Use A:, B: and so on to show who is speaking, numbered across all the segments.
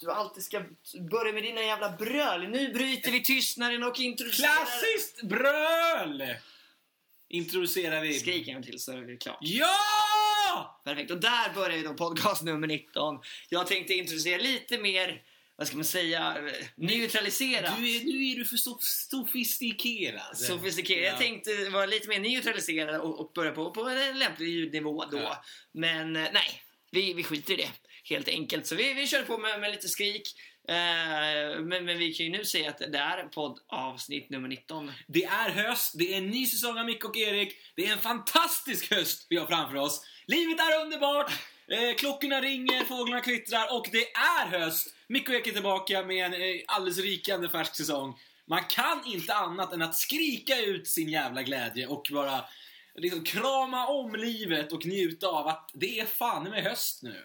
A: du alltid ska börja med dina jävla bröl. Nu bryter vi tystnaden och introducerar...
B: Klassiskt bröl! Introducerar vi.
A: Skrik en gång till så är det klart.
B: Ja!
A: Perfekt. Och där börjar ju då podcast nummer 19. Jag tänkte introducera lite mer, vad ska man säga, neutralisera.
B: Du är, nu är du för sof- sofistikerad.
A: Sofistikerad.
B: Ja.
A: Jag tänkte vara lite mer neutraliserad och, och börja på, på en lämplig ljudnivå då.
B: Ja.
A: Men eh, nej, vi, vi skiter i det helt enkelt. Så vi, vi kör på med, med lite skrik. Eh, men, men vi kan ju nu säga att det är poddavsnitt nummer 19.
B: Det är höst, det är en ny säsong av Micke och Erik. Det är en fantastisk höst vi har framför oss. Livet är underbart, eh, klockorna ringer, fåglarna kvittrar och det är höst. Micke och Erik är tillbaka med en eh, alldeles rikande färsk säsong. Man kan inte annat än att skrika ut sin jävla glädje och bara liksom krama om livet och njuta av att det är fan med höst nu.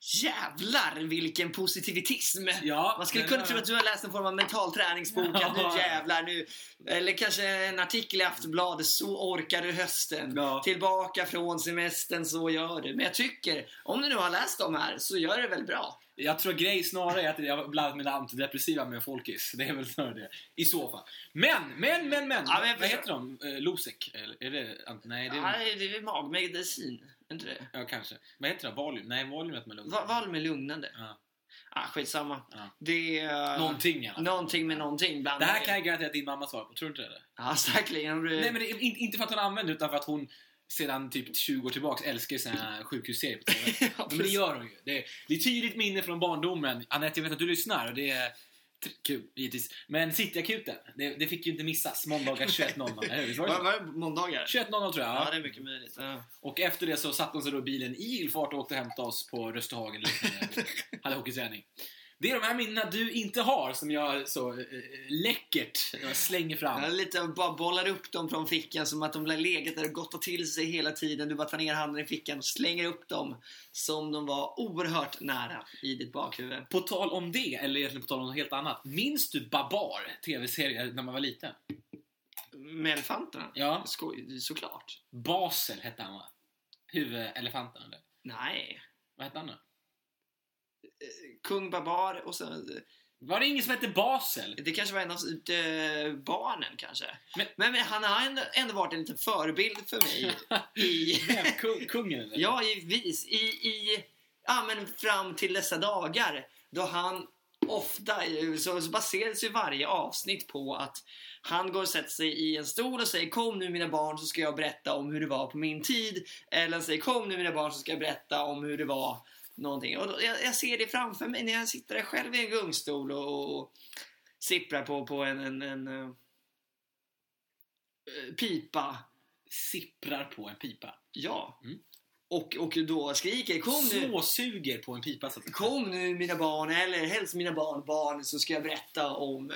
A: Jävlar vilken positivitism!
B: Ja,
A: Man skulle
B: det
A: kunna
B: var-
A: tro att du har läst en form av mental träningsbok. Att
B: Ja.
A: nu jävlar nu. Eller kanske en artikel i Aftonbladet. Så orkar du hösten.
B: Ja.
A: Tillbaka från semestern, så gör du. Men jag tycker, om du nu har läst de här så gör det väl bra.
B: Jag tror grej snarare är att jag har blandat mina antidepressiva med folkis. Det är väl snarare det. I så fall. Men, men, men, men.
A: Ja, men jag
B: vad
A: förstår.
B: heter de? Eh, Losec? Eller är det... ant- Nej, det är...
A: Nej, det är väl magmedicin. är Inte det?
B: Ja, kanske. Vad heter de? Valium? Nej, Valium heter man lugnt.
A: Va- Val med lugnande.
B: Ja.
A: Ah, skitsamma.
B: Ja.
A: Det är... eh,
B: Någonting i alla fall.
A: Någonting med någonting.
B: Det här kan jag garantera att din mamma svarar på. Tror du inte det?
A: Ja, säkerligen. Hon blir-
B: Nej, men det är inte, inte för att hon använder utan för att hon sedan typ 20 år tillbaks älskar sina sjukhusserier på TV.
A: Ja,
B: men det
A: precis.
B: gör hon ju. Det är, det är tydligt minne från barndomen. Anette, jag vet att du lyssnar och det är tr- kul, givetvis. Men Cityakuten, det, det fick ju inte missas. Måndagar 21.00, eller hur? Visst var det så?
A: Var var det måndagar?
B: 21.00 tror jag.
A: Ja, det är mycket möjligt. Ja.
B: Och efter det så satte de sig då i bilen i ilfart och åkte och hämtade oss på Röstehagen. eller liknande. Hade hockeyträning. Det är de här minnena du inte har som jag så eh, läckert jag slänger fram.
A: Ja, lite bara bollar upp dem från fickan som att de har legat där och gottat till sig hela tiden. Du bara tar ner handen i fickan och slänger upp dem som de var oerhört nära i ditt bakhuvud.
B: På tal om det, eller egentligen på tal om något helt annat. Minns du Babar? TV-serien när man var liten.
A: Med elefanterna?
B: Ja.
A: Skoj, såklart.
B: Basel hette han va? Huvudelefanten eller?
A: Nej.
B: Vad hette han då?
A: Eh, Kung Babar och sen...
B: Var det ingen som hette Basel?
A: Det kanske var en av eh, barnen kanske. Men,
B: Men-
A: men, han har ändå, ändå varit en liten förebild för mig i...
B: Vem? Kung, kungen eller?
A: Ja, givetvis. I, i, ja, men fram till dessa dagar då han ofta så, så baseras ju varje avsnitt på att han går och sätter sig i en stol och säger kom nu mina barn så ska jag berätta om hur det var på min tid. Eller han säger kom nu mina barn så ska jag berätta om hur det var någonting. Och då, jag, jag ser det framför mig när jag sitter där själv i en gungstol och, och, och sipprar på, på en, en, en eh, pipa.
B: Sipprar på en pipa.
A: Ja.
B: Mm.
A: Och, och då skriker kom nu,
B: Såsuger på en pipa. Så att...
A: kom nu mina barn, eller helst mina barnbarn, så ska jag berätta om...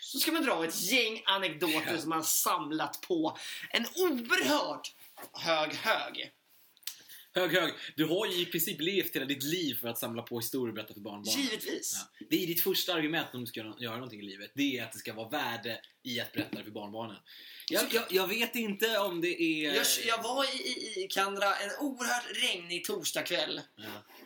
A: Så ska man dra ett gäng anekdoter
B: Ja.
A: som man samlat på en oerhört hög hög.
B: Hög, hög. Du har ju i princip levt hela ditt liv för att samla på historier och berätta för barnbarnen.
A: Givetvis.
B: Ja. Det är ditt första argument om du ska göra- göra någonting i livet. Det är att det ska vara värde i att berätta det för barnbarnen. Jag, jag, jag vet inte om det är...
A: Jag, jag var i, i, i Kandra en oerhört regnig torsdagkväll
B: Ja.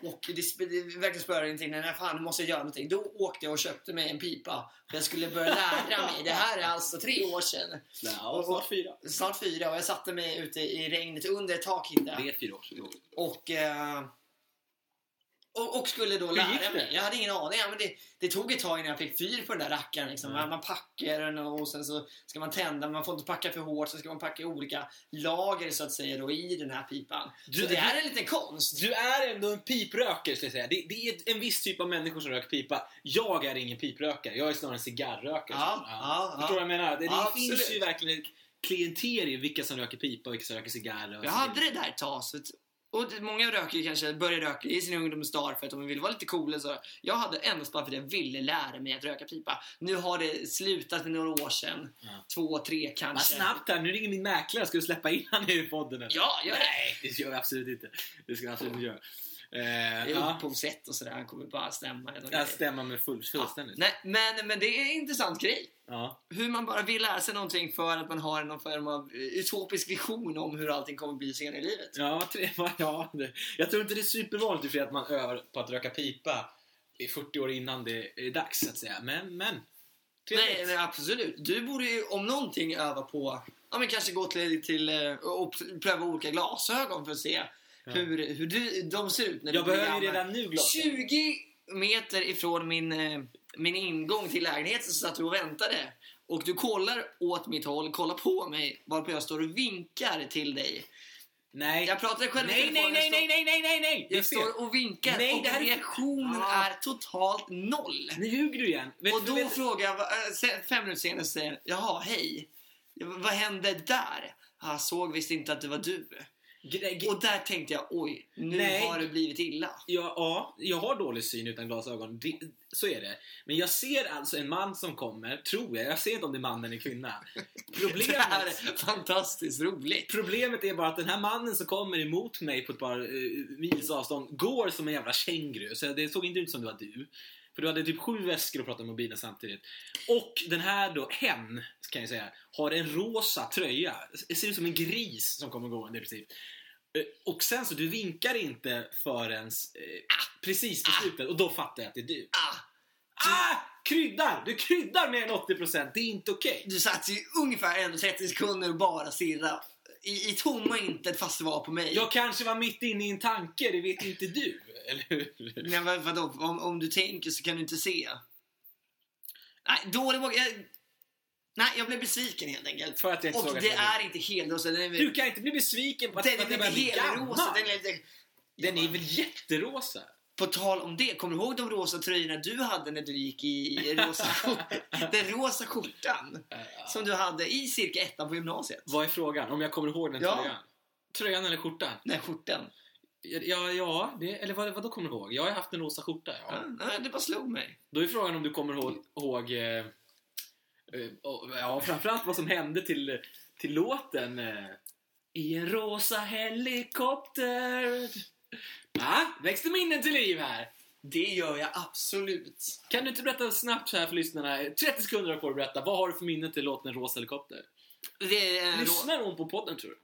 A: och det, sp- det verkligen spöade ingenting. Nej, nej, fan, nu måste jag göra någonting. Då åkte jag och köpte mig en pipa. För jag skulle börja lära mig. Det här är alltså tre år sedan.
B: Ja, och snart fyra.
A: snart fyra och jag satte mig ute i regnet under ett tak hittade
B: Det
A: jag.
B: är fyra också.
A: Och, eh, och, och skulle då
B: gick
A: lära
B: det?
A: mig. Jag hade ingen aning. Ja, men det, det tog ett tag innan jag fick fyr på den där rackaren. Liksom.
B: Mm.
A: Man packar den och sen så ska man tända. men Man får inte packa för hårt. Sen ska man packa i olika lager så att säga då, i den här pipan.
B: Du-
A: så det här är en liten konst.
B: Du är ändå en piprökare skulle jag säga. Det, det är en viss typ av människor som röker pipa. Jag är ingen piprökare. Jag är snarare en cigarrökare.
A: Ja, ja,
B: Förstår du
A: ja.
B: vad jag menar? Det, det
A: Ja,
B: finns ju
A: absolut.
B: verkligen ett klienter i vilka som röker pipa och vilka som röker cigarr. och
A: Jag
B: så
A: hade det där ett tag. Så att, och det- många röker ju kanske, börjar röka i sin ungdomsdag för att de vill vara lite coola. Så jag hade endast bara för att jag ville lära mig att röka pipa. Nu har det slutat för några år sedan.
B: Ja.
A: Två, tre
B: Vad
A: kanske.
B: snabbt här, nu ringer min mäklare. Ska du släppa in han i podden? eller?
A: Ja, gör det!
B: Nej, det gör vi absolut inte. Det ska vi absolut inte göra.
A: Det
B: Eh,
A: är
B: ja,
A: upphovsrätt och sådär. Han kommer bara stämma. en och
B: jag
A: grejer.
B: stämmer med full, fullständigt.
A: Nej, men, men det är en intressant grej.
B: Ja.
A: Hur man bara vill lära sig någonting för att man har någon form av eh, utopisk vision om hur allting kommer bli senare i livet.
B: Ja, tre, ja, det. Jag tror inte det är supervanligt i och för sig att man övar på att röka pipa Det är 40 år innan det är dags, så att säga. Men, men. Trevligt.
A: Nej, men absolut. Du borde ju om någonting öva på, ja men kanske gå till, till eh, och p- pröva olika glasögon för att se hur, hur du, de ser ut när
B: Jag
A: du blir
B: behöver ju
A: gammal.
B: redan nu glasögon.
A: 20 meter ifrån min, eh, min ingång till lägenheten så satt du och väntade. Och du kollar åt mitt håll, kollar på mig, varpå jag står och vinkar till dig.
B: Nej.
A: Jag pratade själv i
B: Nej,
A: telefonen,
B: nej, nej,
A: jag står-
B: nej, nej, nej, nej, nej! Det är
A: Jag
B: fel.
A: står och vinkar
B: Nej,
A: och
B: det här är-
A: reaktionen
B: Ah.
A: är totalt noll.
B: Nu ljuger du igen. Vet,
A: Och då
B: vet,
A: frågar jag, eh, se- fem minuter senare säger jaha, hej. Vad hände där? Jag såg visst inte att det var du.
B: gre- gre-
A: Och där tänkte jag, oj, nu
B: Nej.
A: har det blivit illa.
B: Ja, ja, jag har dålig syn utan glasögon. Det, så är det. Men jag ser alltså en man som kommer, tror jag. Jag ser inte om det är man eller kvinna.
A: Det här
B: Problemet,
A: är fantastiskt roligt.
B: problemet är bara att den här mannen som kommer emot mig på ett par eh, mils avstånd går som en jävla känguru. Så det såg inte ut som det var du. För du hade typ sju väskor och pratade i mobilen samtidigt. Och den här då, hen, kan jag säga, har en rosa tröja. Det ser ut som en gris som kommer gående i princip. Eh, Och sen så, du vinkar inte förrän eh, precis på slutet och då fattar jag att det är du.
A: Ah,
B: Ah! Kryddar! Du kryddar mer än 80%, det är inte okej.
A: du satt ju ungefär en 30 sekunder och bara stirrade. I, I tomma intet fast det var på mig.
B: Jag kanske var mitt inne i en tanke, det vet inte du, eller hur?
A: Men vad, vadå, om, om du tänker så kan du inte se. Nej, dålig våg. Jag... Nej, jag blev besviken helt enkelt.
B: För att jag inte
A: Och
B: såg att
A: det
B: det var
A: är inte helrosa. Den är,
B: Du kan inte bli besviken på att,
A: den
B: att
A: är
B: jag börjar
A: inte
B: bli
A: helrosa.
B: gammal.
A: Den är lite...
B: Den är väl jätterosa?
A: På tal om det, kommer du ihåg de rosa tröjorna du hade när du gick i i rosa skjortan? Den rosa skjortan som du hade i cirka ettan på gymnasiet.
B: Eh, Vad är frågan? Om jag kommer ihåg den
A: Ja.
B: tröjan? Tröjan eller skjortan?
A: Den skjortan.
B: Ja, ja det, eller vad, vadå kommer du ihåg? Jag har haft en rosa skjorta. Ja.
A: Ja. Ja, det bara slog mig.
B: Då är frågan om du kommer ihåg, ihåg eh, eh, och- ja, framförallt vad som hände till, till låten eh, I en rosa helikopter. Va? Växte minnen till liv här?
A: Det gör jag absolut.
B: Kan du inte berätta snabbt så här för lyssnarna? 30 sekunder får du berätta. Vad har du för minne till låten En rosa helikopter?
A: Det är en ro-
B: Lyssnar hon på podden tror du?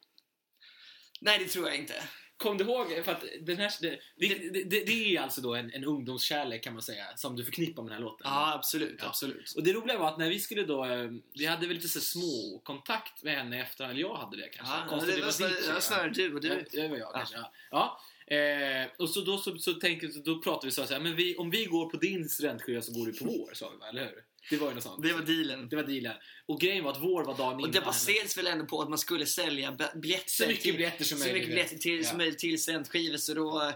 A: Nej, det tror jag inte.
B: Kom du ihåg? För att den här, det, det, det, det är alltså då en, en ungdomskärlek kan man säga, som du förknippar med den här låten.
A: Ja, absolut.
B: Ja.
A: absolut.
B: Och det roliga var att när vi skulle då, eh, vi hade väl lite så små kontakt med henne efter, eller jag hade det kanske.
A: Ja,
B: Konstigt,
A: det var
B: snitch,
A: snarare- det var snarare du och
B: Ja,
A: du.
B: det var jag kanske. Ja. ja. Eh, och så då, så, så tänkte, då pratade vi så här, men vi, om vi går på din studentskiva så går du på vår, sa vi va, eller hur? Det var ju något sånt.
A: Det var dealen.
B: Det var dealen. Och grejen var att vår var dagen innan.
A: Och det baserades väl ändå på att man skulle sälja b- biljetter.
B: Så mycket
A: till-
B: biljetter som
A: så
B: möjligt.
A: mycket biljetter till,
B: Ja.
A: som möjligt till studentskivor. Så då eh,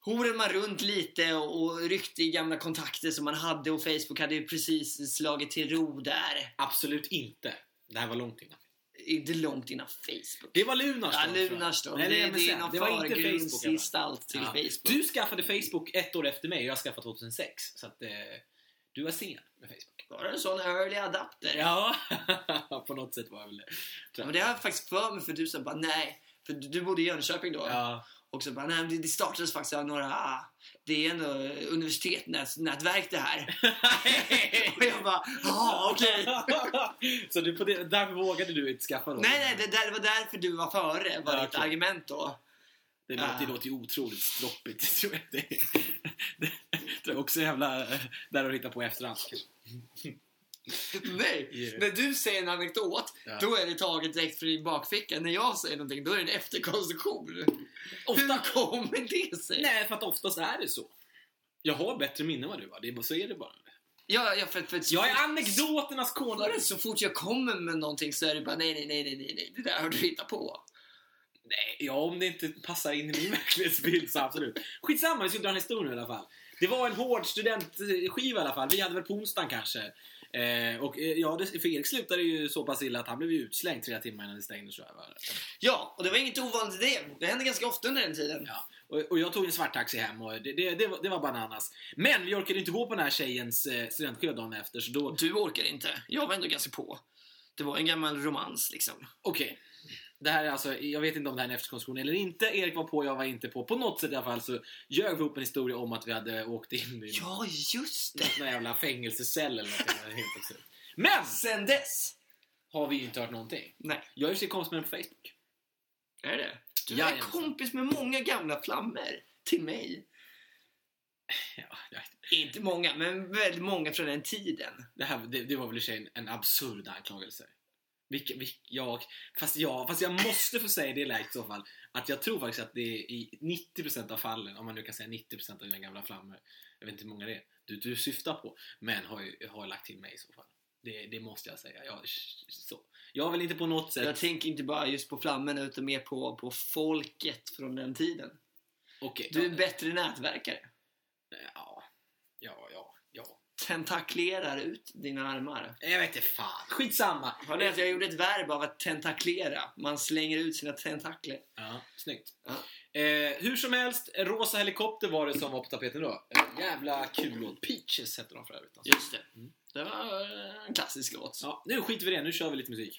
A: horade man runt lite och, och ryckte i gamla kontakter som man hade och Facebook hade ju precis slagit till ro där.
B: Absolut inte. Det här var långt innan.
A: Inte långt innan Facebook.
B: Det var Lunars
A: Ja,
B: dag, tror jag.
A: Lunarstorm.
B: Nej,
A: Det,
B: det,
A: det,
B: är
A: det är
B: MSN.
A: någon
B: det var inte Facebook. i alla fall.
A: förgrundsgestalt till
B: Ja.
A: Facebook.
B: Du skaffade Facebook ett år efter mig, jag skaffade 2006. Så att, eh, du var sen med Facebook.
A: Var det en sån early adapter?
B: Ja, på något sätt var jag väl det.
A: Ja,
B: tror
A: Men
B: jag.
A: det har jag faktiskt för mig för du sa bara nej. För du du bodde i Jönköping då.
B: Ja.
A: Och så bara, nej men det- det startades faktiskt av några, ah, det är ändå universitetsnätverk det här. och jag bara, ja okej.
B: "Ah, så du, på det, därför vågade du inte skaffa någon?
A: Nej nej, det, där, det var därför du var före, var
B: Ja,
A: ditt
B: okej.
A: argument då.
B: Det låter, det
A: Ah.
B: låter ju otroligt stroppigt. Det tror jag det, det tror jag också är jävla... eh, Där att hitta på i efterhand.
A: Nej,
B: Yeah.
A: när du säger en anekdot,
B: Ja.
A: då är det taget direkt från din bakficka. När jag säger någonting, då är det en efterkonstruktion.
B: Ofta-
A: Hur kommer det sig?
B: Nej, för att oftast är det så. Jag har bättre minne än vad du har. Det är, bara- så är det bara.
A: Jag, jag, för, för,
B: Jag är anekdoternas konung.
A: Bara Så fort jag kommer med någonting så är det bara nej, nej, nej, nej, nej, nej. det där har du hittat på.
B: Nej, Eh, ja, om det inte passar in i min verklighetsbild så absolut. Skitsamma, vi ska dra en historia nu i alla fall. Det var en hård studentskiva i alla fall. Vi hade väl på onsdagen kanske. Eh, och eh, ja, det, för Erik slutade ju så pass illa att han blev ju utslängd tre timmar innan det stängdes. tror jag, va?
A: Ja, och det var inget ovanligt i det. Det hände ganska ofta under den tiden.
B: Ja. Och, och jag tog en svart taxi hem och det, det, det, var, det var bananas. Men vi orkade inte gå på den här tjejens eh, studentskiva dagen efter så då...
A: Du orkar inte. Jag var ändå ganska på. Det var en gammal romans liksom.
B: Okej. Det här är alltså, jag vet inte om det här är en efterkonstruktion eller inte. Erik var på, jag var inte på. På något sätt i alla fall så ljög vi upp en historia om att vi hade åkt in i...
A: Ja, just det.
B: någon jävla fängelsecell eller något. Det var helt absurt. Men!
A: Sen dess.
B: Har vi ju inte hört någonting.
A: Nej,
B: Jag är i och för sig kompis med den på Facebook.
A: är det? Du är
B: Jajamensan.
A: kompis med många gamla flammor. Till mig.
B: Ja, jag vet.
A: Inte många, men väldigt många från den tiden.
B: det, här, det, det var väl i och för sig en, en absurd anklagelse. Vilka, vilk, jag, fast, jag, fast jag måste få säga det läget i så fall. Att jag tror faktiskt att det är i 90% av fallen, om man nu kan säga 90% av dina gamla flammor. Jag vet inte hur många det är du, du syftar på. Men har, ju- har lagt till mig i så fall. Det, det måste jag säga. Jag, så. jag vill inte på något
A: Jag
B: sätt...
A: tänker inte bara just på flammen utan mer på, på folket från den tiden.
B: Okej.
A: Du är en
B: ja,
A: bättre nätverkare.
B: ja, ja, ja, ja.
A: Tentaklerar ut dina armar.
B: Jag vet inte fan. Skitsamma.
A: Har ni att jag gjorde ett verb av att tentaklera? Man slänger ut sina tentakler.
B: Ja, snyggt.
A: Ja.
B: Eh, hur som helst, en rosa helikopter var det som var på tapeten idag. En jävla kul låt. Peaches hette de för övrigt. Alltså.
A: Just det. Mm. Det var eh, en klassisk låt.
B: Ja, nu skiter vi i det, nu kör vi lite musik.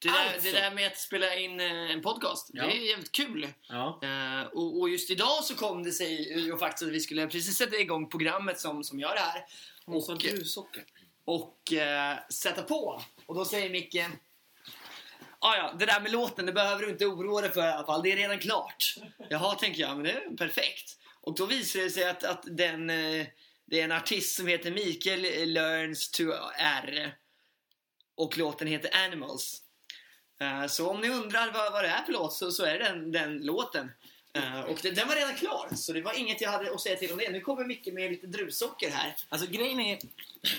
A: Det där,
B: Alltså.
A: det där med att spela in eh, en podcast,
B: Ja.
A: det är jävligt kul.
B: Ja.
A: Eh, och, och just idag så kom det sig ju faktiskt att vi skulle precis sätta igång programmet som, som gör det här. Och,
B: Och druvsocker.
A: och eh, sätta på. Och då säger Micke Ah, ja, det där med låten, det behöver du inte oroa dig för i alla fall. Det är redan klart. Jaha, tänker jag, men det är perfekt. Och då visar det sig att, att den, eh, det är en artist som heter Mikael Learns to R. Och låten heter Animals. Eh, Så om ni undrar vad, vad det är för låt så, så är det den, den låten. Eh, Och den, den var redan klar, så det var inget jag hade att säga till om det. Nu kommer Micke med lite druvsocker här.
B: Alltså grejen är,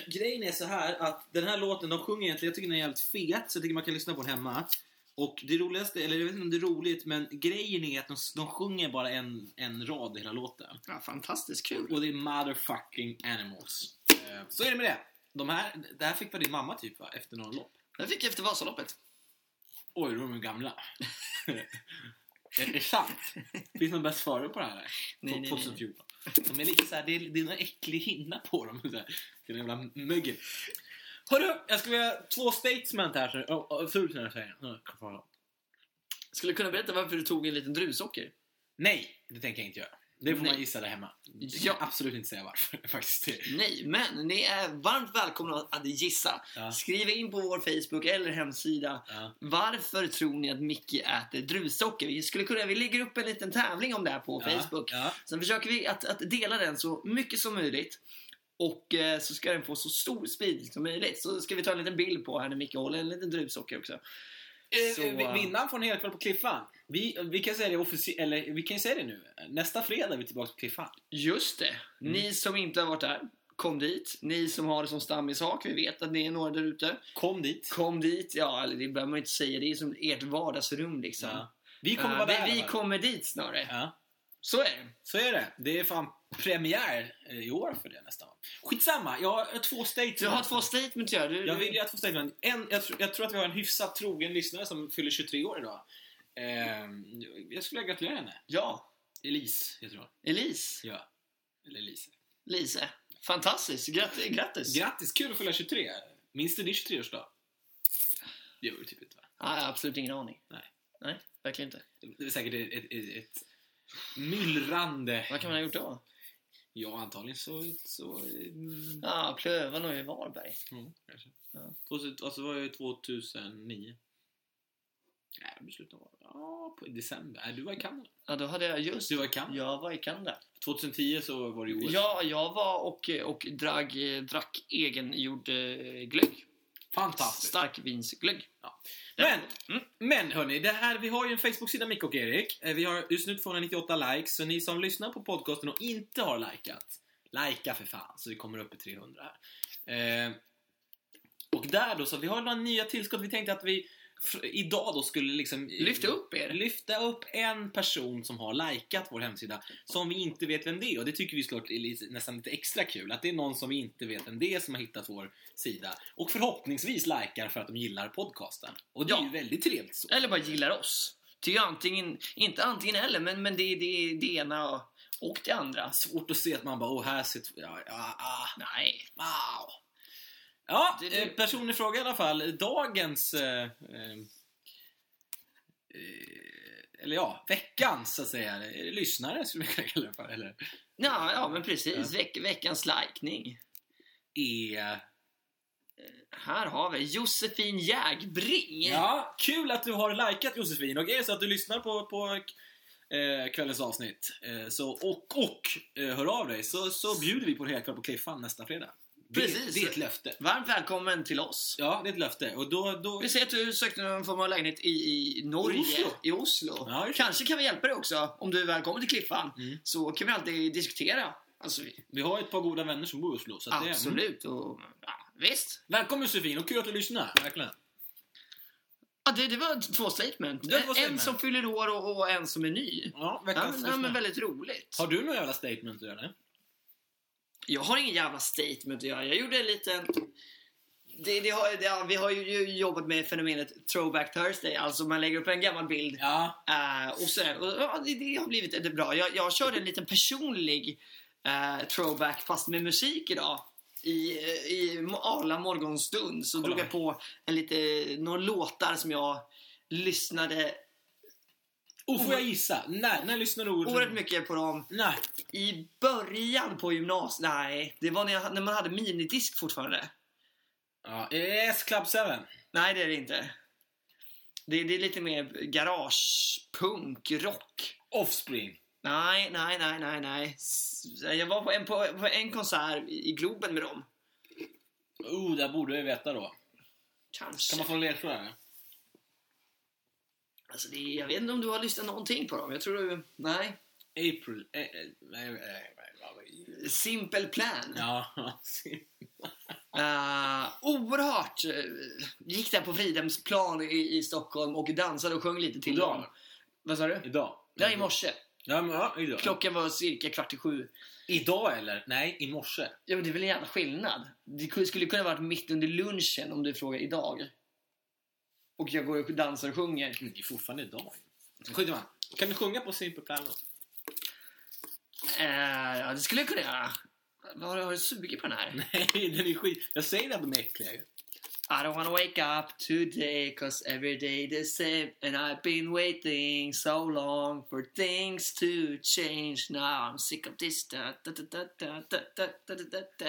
B: grejen är så här att den här låten de sjunger egentligen, jag tycker den är jävligt fet så jag tycker man kan lyssna på den hemma. Och det roligaste, eller jag vet inte om det är roligt, men grejen är att de, de sjunger bara en, en rad i hela låten.
A: Ja, fantastiskt kul.
B: Och det är motherfucking animals. Eh, Så är det med det. De här, det här fick väl din mamma typ va? Efter några lopp?
A: Den fick jag efter Vasaloppet.
B: Oj, då är de gamla. är det sant? Finns det någon bäst före på det här? eller?
A: Nej, nej, nej.
B: 2014. De är lite såhär, det är, det är någon äcklig hinna på dem. Så här. Det är en jävla mögel. Hörru, jag skulle vilja två statement här. så- oh, oh, Fult när jag säger det.
A: Skulle du kunna berätta varför du tog en liten druvsocker?
B: Nej, det tänker jag inte göra. Det får man
A: Nej.
B: gissa där hemma. Jag kan
A: Ja.
B: absolut inte säga varför faktiskt.
A: Nej, men ni är varmt välkomna att gissa.
B: Ja.
A: Skriv in på vår Facebook eller hemsida.
B: Ja.
A: Varför tror ni att Micke äter druvsocker? Vi, skulle kunna, vi lägger upp en liten tävling om det här på
B: Ja,
A: Facebook.
B: Ja.
A: Sen försöker vi att, att dela den så mycket som möjligt. Och eh, så ska den få så stor spridning som möjligt. Så ska vi ta en liten bild på här när Micke håller en liten druvsocker också.
B: Eh,
A: Så,
B: vi-
A: eh,
B: Vinnaren från Helkväll på Kliffan. Vi, eh, vi kan säga det offici- eller vi kan ju säga det nu. Nästa fredag är vi tillbaka på Kliffan.
A: Just det.
B: Mm.
A: Ni som inte har varit där, kom dit. Ni som har det som stammishak, vi vet att ni är några där ute.
B: Kom dit.
A: Kom dit, ja eller det behöver man ju inte säga, det är som ert vardagsrum liksom.
B: Ja. Vi kommer
A: Eh,
B: vara där.
A: vi,
B: i
A: vi
B: alla fall.
A: kommer dit snarare.
B: Ja.
A: Så är det.
B: Så är det. Det är fan premiär eh, i år för det nästan. Skitsamma, jag har eh, två statements.
A: Du har två statements gör du.
B: Jag vill ju ha två statements. En, jag, tror, jag tror att vi har en hyfsat trogen lyssnare som fyller 23 år idag. Eh, jag skulle vilja gratulera henne.
A: Ja.
B: Elise, jag tror.
A: Elise.
B: Ja. Eller Elise.
A: Lise. Fantastiskt. Grat- grattis.
B: Grattis, kul att fylla 23. Minns du din 23-årsdag? Det gör du typ inte va?
A: ah, jag har absolut ingen aning.
B: Nej.
A: Nej, verkligen inte.
B: Det är säkert ett, ett, ett, ett myllrande...
A: Vad kan man ha gjort då?
B: Ja, antagligen så... så mm,
A: Ja, ah, Plövan och i Varberg.
B: ja, kanske.
A: Ja.
B: Tvåtusen- Alltså var ju 2009. Nej, jag beslutade vara... Ja, på i december. Nej, du var i Kanada.
A: Ja, då hade jag just...
B: Du var i Kanada.
A: Jag var i Kanada.
B: 2010 så var det i OS.
A: Ja, jag var och, och drag, drack egengjord eh, glögg.
B: Fantastiskt.
A: Starkvinsglögg.
B: Men, men hörni, det här, vi har ju en Facebook-sida Micke och Erik. Eh, Vi har just nu 298 likes, så ni som lyssnar på podcasten och inte har likat, likea för fan, så vi kommer upp i 300 här. Eh, och där då, så vi har några nya tillskott. Vi tänkte att vi fr- idag då skulle liksom... eh,
A: Lyft upp er.
B: Lyfta upp en person som har likat vår hemsida som vi inte vet vem det är. Och det tycker vi såklart är lite, nästan lite extra kul. Att det är någon som vi inte vet vem det är som har hittat vår sida. Och förhoppningsvis likar för att de gillar podcasten. Och det är
A: Ja.
B: ju väldigt trevligt så.
A: Eller bara gillar oss. Det är ju antingen, inte antingen eller, men, men det är det, det ena och det andra.
B: Svårt att se att man bara, åh här sitter... Ja, ja, ah,
A: Nej.
B: wow. Ja,
A: Det- det-
B: eh, personlig fråga i alla fall. Dagens... Eh, eh, eh, eller ja, veckans så att säga, eller lyssnare skulle vi kunna kalla det för, eller
A: Ja, ja men precis. Veck, veckans likning.
B: är...
A: Här har vi Josefin Jägbring.
B: Ja, kul att du har likat Josefin och är det så att du lyssnar på, på eh, kvällens avsnitt eh, så, och, och eh, hör av dig så, så bjuder vi på en helkväll på Cliffan nästa fredag. Det,
A: Precis.
B: det är ett löfte.
A: Varmt välkommen till oss.
B: Ja, det är ett löfte. Och då, då...
A: Vi ser att du sökte någon form av lägenhet i, i Norge,
B: Oslo.
A: i Oslo.
B: Ja, just det.
A: Kanske kan vi hjälpa dig också, om du är välkommen till Klippan.
B: Mm.
A: Så kan vi alltid diskutera. Alltså, vi,
B: Vi har ett par goda vänner som bor i Oslo. Så att det, mm.
A: absolut. Och, ja, visst.
B: Välkommen Josefin och kul att du lyssnar. Verkligen.
A: Ja, det, det var två statement.
B: Det var två
A: En
B: statement.
A: som fyller år och, och en som är ny.
B: Ja,
A: Ja,
B: veckans
A: men, ja,
B: lyssnare.
A: men väldigt roligt.
B: Har du några jävla statement du eller?
A: Jag har ingen jävla statement att göra. Jag gjorde en liten... Det, det har, det, ja, vi har ju ju jobbat med fenomenet Throwback Thursday. Alltså man lägger upp en gammal bild
B: Ja.
A: eh, och sådär. Och, ja, det, det har blivit det är bra. Jag, jag körde en liten personlig eh, throwback fast med musik idag. I, eh, i Arla morgonstund så
B: Kolla.
A: drog jag på en lite, några låtar som jag lyssnade
B: Och får jag gissa? När, när lyssnar du?
A: oerhört mycket på dem.
B: Nej.
A: I början på gymnasiet, nej, det var när, jag, när man hade minidisk fortfarande.
B: Ja, yes, Club 7.
A: Nej, det är det inte. Det, det är lite mer garagepunk, rock.
B: Offspring.
A: Nej, nej, nej, nej, nej. S- Jag var på en, på, på en konsert i i Globen med dem.
B: Oh, där borde jag veta då.
A: Kanske.
B: Kan man få en ledtråd eller?
A: Alltså, det, jag vet inte om du har lyssnat någonting på dem. Jag tror du... Nej.
B: April... eh, eh, nej, nej, nej, nej, nej.
A: Simple Plan.
B: Ja.
A: Eh, oerhört. eh, Gick där på Fridhemsplan i, i Stockholm och dansade och sjöng lite till
B: Idag?
A: dem. Vad sa du?
B: Idag.
A: Ja, i morse.
B: Ja, men, ja, idag.
A: Klockan var cirka kvart i sju.
B: Idag eller? Nej, i morse.
A: Ja, men det är väl en jävla skillnad. Det ku- skulle kunna varit mitt under lunchen om du frågar idag. Och jag går och dansar och sjunger.
B: Men Det är fortfarande idag. Skitsamma. Kan du sjunga på Simple Plan? då?
A: Eh, ja, det skulle jag kunna göra. Vad har du- har du sugit på den här?
B: Nej, den är skit... Jag säger att de är äckliga ju.
A: I don't wanna wake up today cause every day the same And I've been waiting so long for things to change Now I'm sick of this da, da, da, da, da, da, da, da, da, da, da.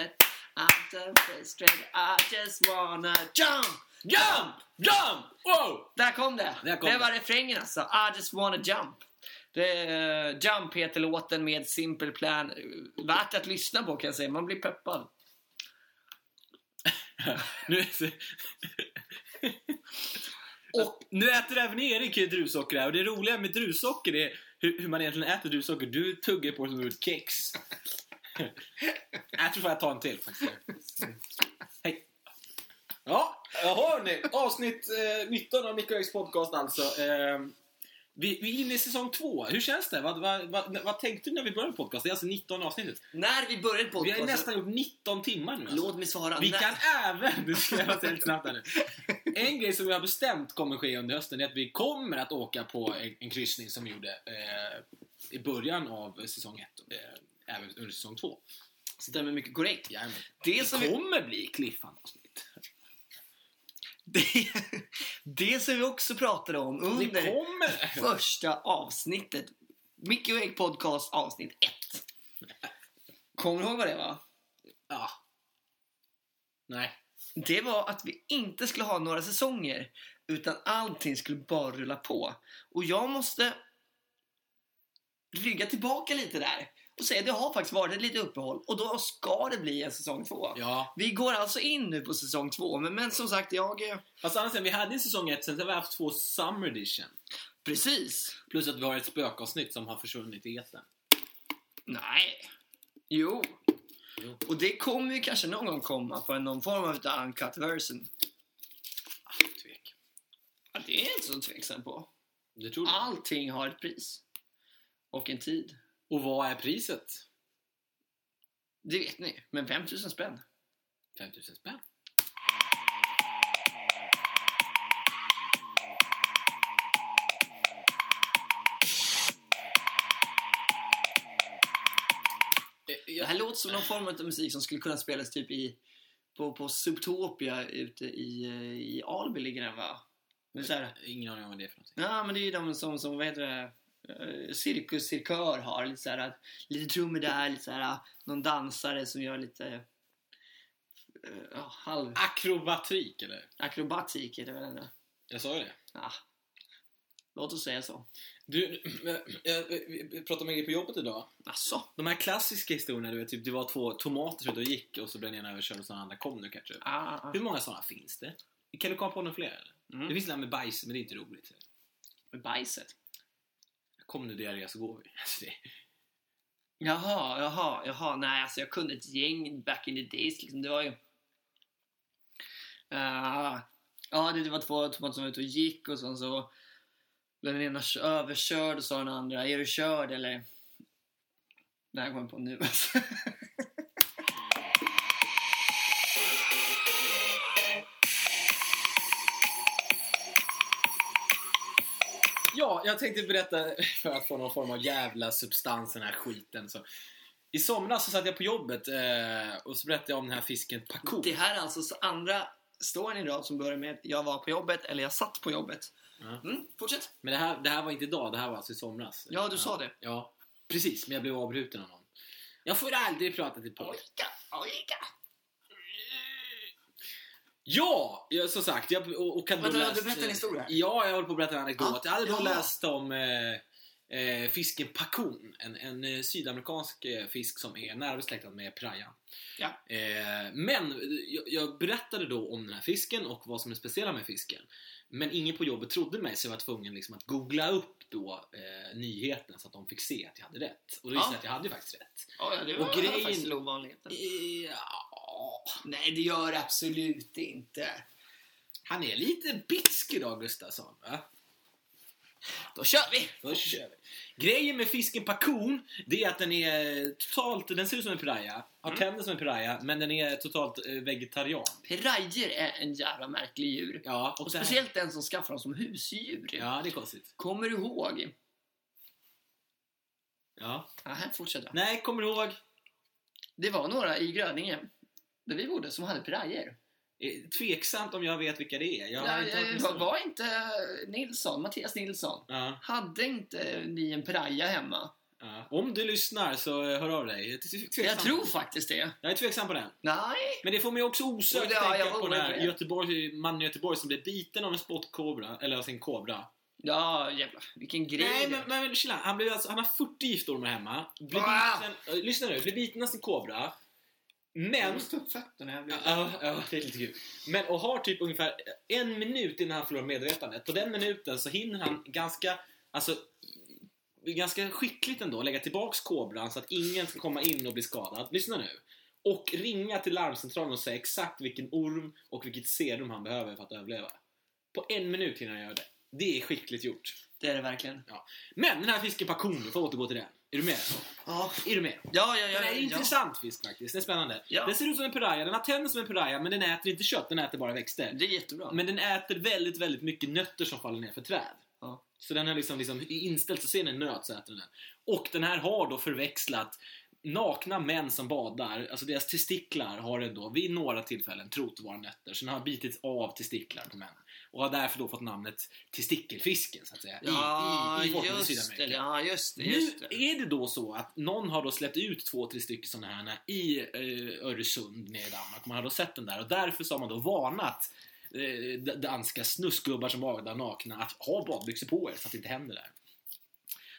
A: I'm so frustrated, I just wanna jump!
B: Jump! Jump! Wow!
A: Där kom det!
B: Där kom
A: det
B: det.
A: var refrängen alltså. I just wanna jump. Det är, eh, jump heter låten med Simple Plan. Värt att lyssna på kan jag säga. Man blir peppad.
B: nu, och nu äter även Erik druvsocker här och det roliga med druvsocker är hur, hur man egentligen äter druvsocker. Du tuggar på det som du gjort kex. jag tror fan jag tar en till faktiskt. Hej. Ja, jaha ni. Avsnitt eh, 19 av Microwaves podcast alltså. Eh, vi, vi är inne i säsong två. Hur känns det? Vad, vad, vad, vad tänkte du när vi började podcast? Det är alltså 19 avsnittet.
A: När vi började
B: Vi har ju
A: podcasten...
B: nästan gjort 19 timmar nu. Alltså.
A: Låt mig svara.
B: Vi
A: När-
B: kan även, nu ska jag bara säga lite snabbt här nu. En grej som vi har bestämt kommer ske under hösten är att vi kommer att åka på en, en kryssning som vi gjorde eh, i början av säsong 1, eh, även under säsong 2.
A: Stämmer mycket korrekt.
B: Jajamän.
A: Det
B: Det
A: som, vi,
B: kommer bli alltså. Cliffhanger-avsnitt.
A: det, det som vi också pratade om
B: Det
A: under
B: kommer!
A: första avsnittet. Micke och Erik podcast avsnitt 1. Kommer du ihåg vad det var?
B: Ja. Nej.
A: Det var att vi inte skulle ha några säsonger. Utan allting skulle bara rulla på. Och jag måste rygga tillbaka lite där. Och säga att det har faktiskt varit ett litet uppehåll. Och då ska det bli en säsong två.
B: Ja.
A: Vi går alltså in nu på säsong två. Men, men som sagt, jag... eh,
B: Fast annars, vi hade en säsong 1, sen har vi haft två Summer Edition.
A: Precis.
B: Plus att vi har ett spökavsnitt som har försvunnit i etern.
A: Nej. Jo.
B: Jo.
A: Och det kommer ju kanske någon gång komma på en- någon form av utav uncut version.
B: Ah, tvek.
A: Ja, det är jag inte så tveksam på.
B: Det tror du?
A: Allting har ett pris. Och en tid.
B: Och vad är priset?
A: Det vet ni. Men 5000 spänn.
B: 5000 spänn. Eh,
A: Det här låter som någon form av musik som skulle kunna spelas typ i på, på Subtopia ute i, eh, i Alby ligger den va? Men så här,
B: Ingen aning om vad det är för någonting.
A: ja, men det är ju de som, som vad heter det, eh, cirkus, cirkör har. Lite, så här, att- lite trummor där, lite så här, eh, någon dansare som gör lite eh, ja, halv
B: Akrobatik, eller?
A: akrobatik är det väl ändå.
B: Jag sa ju det.
A: Ah. Låt oss säga så.
B: Du, jag, vi- vi pratade med en grej på jobbet idag.
A: Alltså,
B: De här klassiska historierna, du vet, typ det var två tomater ute och gick och så blev den ena överkörd och så den andra kom nu kanske.
A: ah, ah.
B: Hur många sådana finns det? Kan du komma på några fler? eller?
A: Mm.
B: Det finns det här med bajs, men det är inte roligt.
A: med bajset.
B: Kom nu diarré så går vi. Alltså, det,
A: Jaha, jaha, jaha. Nej, alltså jag kunde ett gäng back in the days. Liksom. Det var ju... Ah, ja, det det var två tomater som var ute och gick och sen så blev den ena kö- överkörd och sa den andra Är du körd eller? Det här kommer jag på nu alltså.
B: Ja, jag tänkte berätta för att få någon form av jävla substans i den här skiten. Så. I somras så satt jag på jobbet eh, och så berättade jag om den här fisken Paco.
A: Det här är alltså så andra storyn i rad som börjar med att jag var på jobbet eller jag satt på jobbet.
B: Ja.
A: Mm, fortsätt.
B: Men det här, det här var inte idag, det här var alltså i somras.
A: Ja, du sa det.
B: Ja, precis. Men jag blev avbruten av någon. Jag får aldrig prata till Paul.
A: Ojka, ojka.
B: Ja, jag- som sagt. Jag, och, och kan
A: Vänta,
B: läst,
A: du berättar en historia här.
B: Ja, jag håller på att berätta en anekdot.
A: Ah,
B: jag hade då
A: jaha.
B: läst om eh, eh, fisken pakon. En, en eh, sydamerikansk eh, fisk som är nära besläktad med prajan.
A: Ja.
B: Eh, men eh, jag, jag berättade då om den här fisken och vad som är speciella med fisken. Men ingen på jobbet trodde mig så jag var tvungen liksom, att googla upp då, eh, nyheten så att de fick se att jag hade rätt. Och då visade
A: Ja.
B: jag att jag hade ju faktiskt rätt.
A: Oh, ja, det
B: Och
A: var
B: grejen-
A: faktiskt lite ovanligheten.
B: Ja,
A: Nej, det gör det absolut inte.
B: han är lite bitsk idag Gustafsson. Va?
A: Då kör vi!
B: Då kör vi. Grejen med fisken pakon, det är att den är totalt, den ser ut som en piraya,
A: Mm.
B: har tänder som en piraya, men den är totalt eh, vegetarian.
A: Pirajer är en jävla märklig djur.
B: Ja,
A: Och
B: det här-
A: speciellt den som skaffar dem som husdjur.
B: Ja, det är konstigt.
A: Kommer du ihåg?
B: Ja.
A: Ja, här fortsätter jag.
B: Nej, kommer du ihåg?
A: Det var några i Grödinge, där vi bodde, som hade pirajer.
B: Eh, Tveksamt om jag vet vilka det är. Jag har inte hört
A: Nej,
B: någon
A: var,
B: sån.
A: eh, var inte Nilsson, Mattias Nilsson,
B: Ja,
A: hade inte ni en piraja hemma?
B: ja. Om du lyssnar så eh, hör av dig. Jag är tveksam.
A: Jag tror faktiskt det.
B: Jag är tveksam på den.
A: Nej,
B: Men det får mig också osökt
A: Jo, det- ja,
B: tänka
A: jag var
B: på den här
A: orolig.
B: Göteborg, mannen i Göteborg som blev biten av en spottkobra, eller av sin kobra.
A: ja jävlar vilken grej.
B: Nej,
A: det
B: men, men, men chilla. Han, blev alltså, han har 40 giftormar hemma. Blir
A: Ah!
B: biten, eh, lyssna nu. Blir biten av sin kobra.
A: Jag
B: Men...
A: måste upp fötterna. Jag blir...
B: Ja, ja, ja, det är lite kul. Men och har typ ungefär en minut innan han förlorar medvetandet. På den minuten så hinner han ganska, alltså, ganska skickligt ändå lägga tillbaks kobran så att ingen ska komma in och bli skadad. Lyssna nu. Och ringa till larmcentralen och säga exakt vilken orm och vilket serum han behöver för att överleva. På en minut hinner han göra det. Det är skickligt gjort.
A: Det är det verkligen.
B: Men den här fisken Pakon, vi får återgå till den. Är du med?
A: Ja,
B: Är du med?
A: ja, Eh, ja. ja,
B: Den är en intressant fisk faktiskt, den är spännande.
A: Ja.
B: Den ser ut som en piraya, den har tänder som en piraya men den äter inte kött, den äter bara
A: ja.
B: växter.
A: Det är jättebra.
B: Men den äter väldigt, väldigt mycket nötter som faller ner för träd.
A: Ja.
B: Så den har liksom, liksom inställt, så ser den en nöt så äter den den. Och den här har då förväxlat nakna män som badar, alltså deras testiklar har den då vid några tillfällen trott vara nötter. Så den har bitits av testiklar på män. Och har därför då fått namnet testikelfisken så att säga.
A: Ja,
B: i, i, i folkmun i
A: just det.
B: Sydamerika.
A: Ja, just det.
B: Nu
A: Just det.
B: är det då så att någon har då släppt ut två, tre stycken sådana här i eh, Öresund nere i Danmark. Man har då sett den där och därför så har man då varnat eh, d- danska snuskgubbar som badar nakna att ha badbyxor på er så att det inte händer där.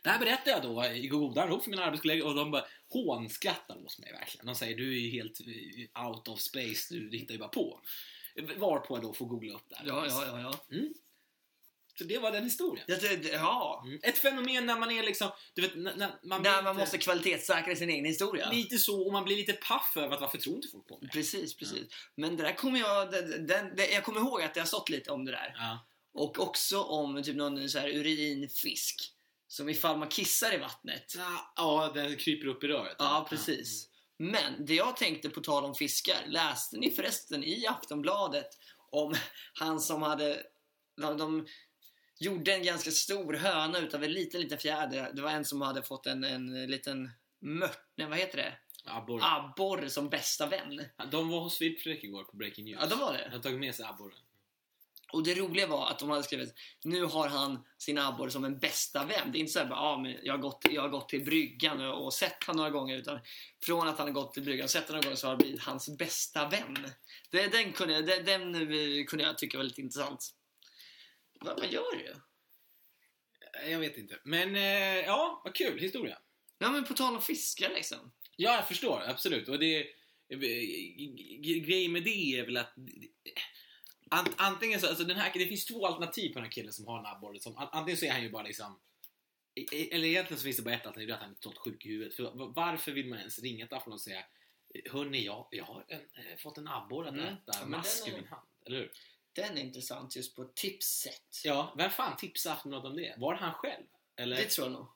B: Det här berättade jag då eh, i godan ro för mina arbetskollegor och de bara hånskrattar åt mig verkligen. De säger du är ju helt eh, out of space, du hittar ju bara på. Varpå jag då får googla upp det här.
A: Ja, ja, ja. ja.
B: Så det var den historien.
A: Det, det, det- ja.
B: Mm. Ett fenomen när man är liksom, du vet, när, när man
A: När
B: vet-
A: man måste kvalitetssäkra sin egen historia.
B: Lite så, och man blir lite paff över att varför tror inte folk på mig?
A: Precis, precis. Men det där kommer jag... Den, den, det- jag kommer ihåg att det har stått lite om det där.
B: Ja.
A: Och också om typ någon så här urinfisk. Som ifall man kissar i vattnet.
B: ja, den kryper upp i röret.
A: Ja, precis. Men det jag tänkte på tal om fiskar. Läste ni förresten i Aftonbladet om han som hade... De, de gjorde en ganska stor höna utav en liten, liten fjäder. Det var en som hade fått en, en liten mört... Nej, vad heter det?
B: Abborren.
A: Abborre som bästa vän.
B: De var hos Wilfred igår på Breaking News.
A: Ja, det var det.
B: Jag har tagit med sig abborren.
A: Och det roliga var att de hade skrivit nu har han sin abborre som en bästa vän. Det är inte så här bara, ah, men jag, har gått, jag har gått till bryggan och, och sett han några gånger. Utan från att han har gått till bryggan och sett han några gånger så har det blivit hans bästa vän. Det, den kunde, jag- det, den eh, kunde jag tycka var lite intressant. Va, vad gör du?
B: Jag vet inte. Men eh, ja, vad kul historia.
A: Ja men på tal om fiskar liksom.
B: Ja, jag förstår. Absolut. Och det... eh, g- g- Grejen med det är väl att... Ant, antingen så... Alltså den här, det finns två alternativ på den här killen som har en abborre. Som, an- antingen så är han ju bara liksom... e- e- Eller egentligen så finns det bara ett alternativ. Det är att han är totalt sjuk i huvudet. För va- varför vill man ens ringa till Aftonbladet och säga Hörni, jag, jag har en, eh, fått en abborre att
A: Mm. Ja,
B: äta
A: men
B: mask
A: den
B: i
A: är-
B: min hand. Eller hur?
A: Den är intressant just på ett tipssätt.
B: Ja, vem fan tipsade Aftonbladet om det? Var det han själv? Eller?
A: Det tror jag nog.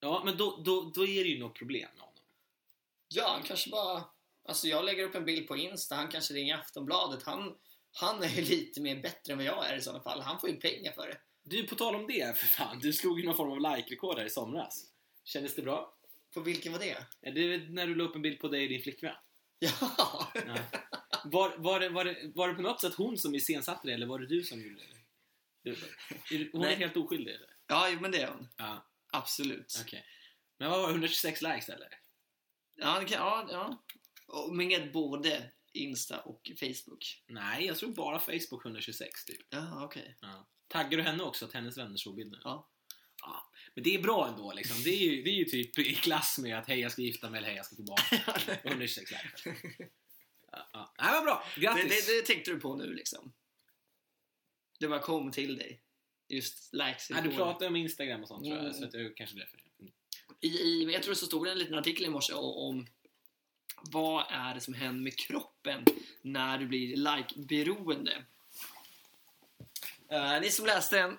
B: Ja, men då, då, då är det ju något problem med honom.
A: Ja, han kanske bara... Alltså jag lägger upp en bild på Insta, han kanske ringer Aftonbladet. Han, han är ju lite mer bättre än vad jag är i sådana fall. Han får ju pengar för det.
B: Du, på tal om det, för fan. Du slog ju någon form av like-rekord här i somras. Kändes det bra?
A: På vilken var det?
B: Ja, Det är väl när du la upp en bild på dig och din flickvän.
A: Ja!
B: Ja. Var, var, det, var, det, var det på något sätt hon som iscensatte det, eller var det du som gjorde det? Du, är du- hon
A: Nej.
B: är helt oskyldig, eller?
A: Ja, jo, men det är hon.
B: Ja,
A: Absolut.
B: okej. Men vad var det, 126 likes, eller?
A: Ja, det kan, ja, ja. Och Med både Insta och Facebook.
B: Nej, jag tror bara Facebook 126, typ.
A: Ja, okej.
B: Ja. Taggar du henne också, att hennes vänner såg bilden?
A: Ja.
B: Ja. Men det är bra ändå, liksom. Det är ju, det är ju typ i klass med att hej, jag ska gifta mig, eller hej, jag ska få barn. 126 likes. Ja, ja. Nej, vad bra!
A: Det,
B: Grattis!
A: det, det tänkte du på nu liksom. Det bara kom till dig. Just likes
B: Nej, du pratar om Instagram och sånt tror jag,
A: Mm.
B: så att jag kanske därför. Mm.
A: I, i, jag tror det så stod det en liten artikel i morse o- om vad är det som händer med kroppen när du blir like-beroende. Eh, ni som läste den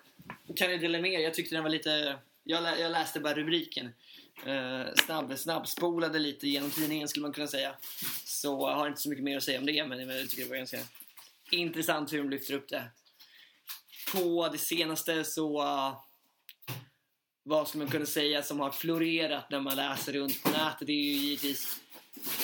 A: kan ni dela med er. Jag tyckte den var lite... Jag, lä, jag läste bara rubriken. Uh, snabb, snabbspolade lite genom tidningen skulle man kunna säga. Så jag har inte så mycket mer att säga om det, men jag tycker det var ganska intressant hur de lyfter upp det. På det senaste så... eh, vad skulle man kunna säga som har florerat när man läser runt på nätet? Det är ju givetvis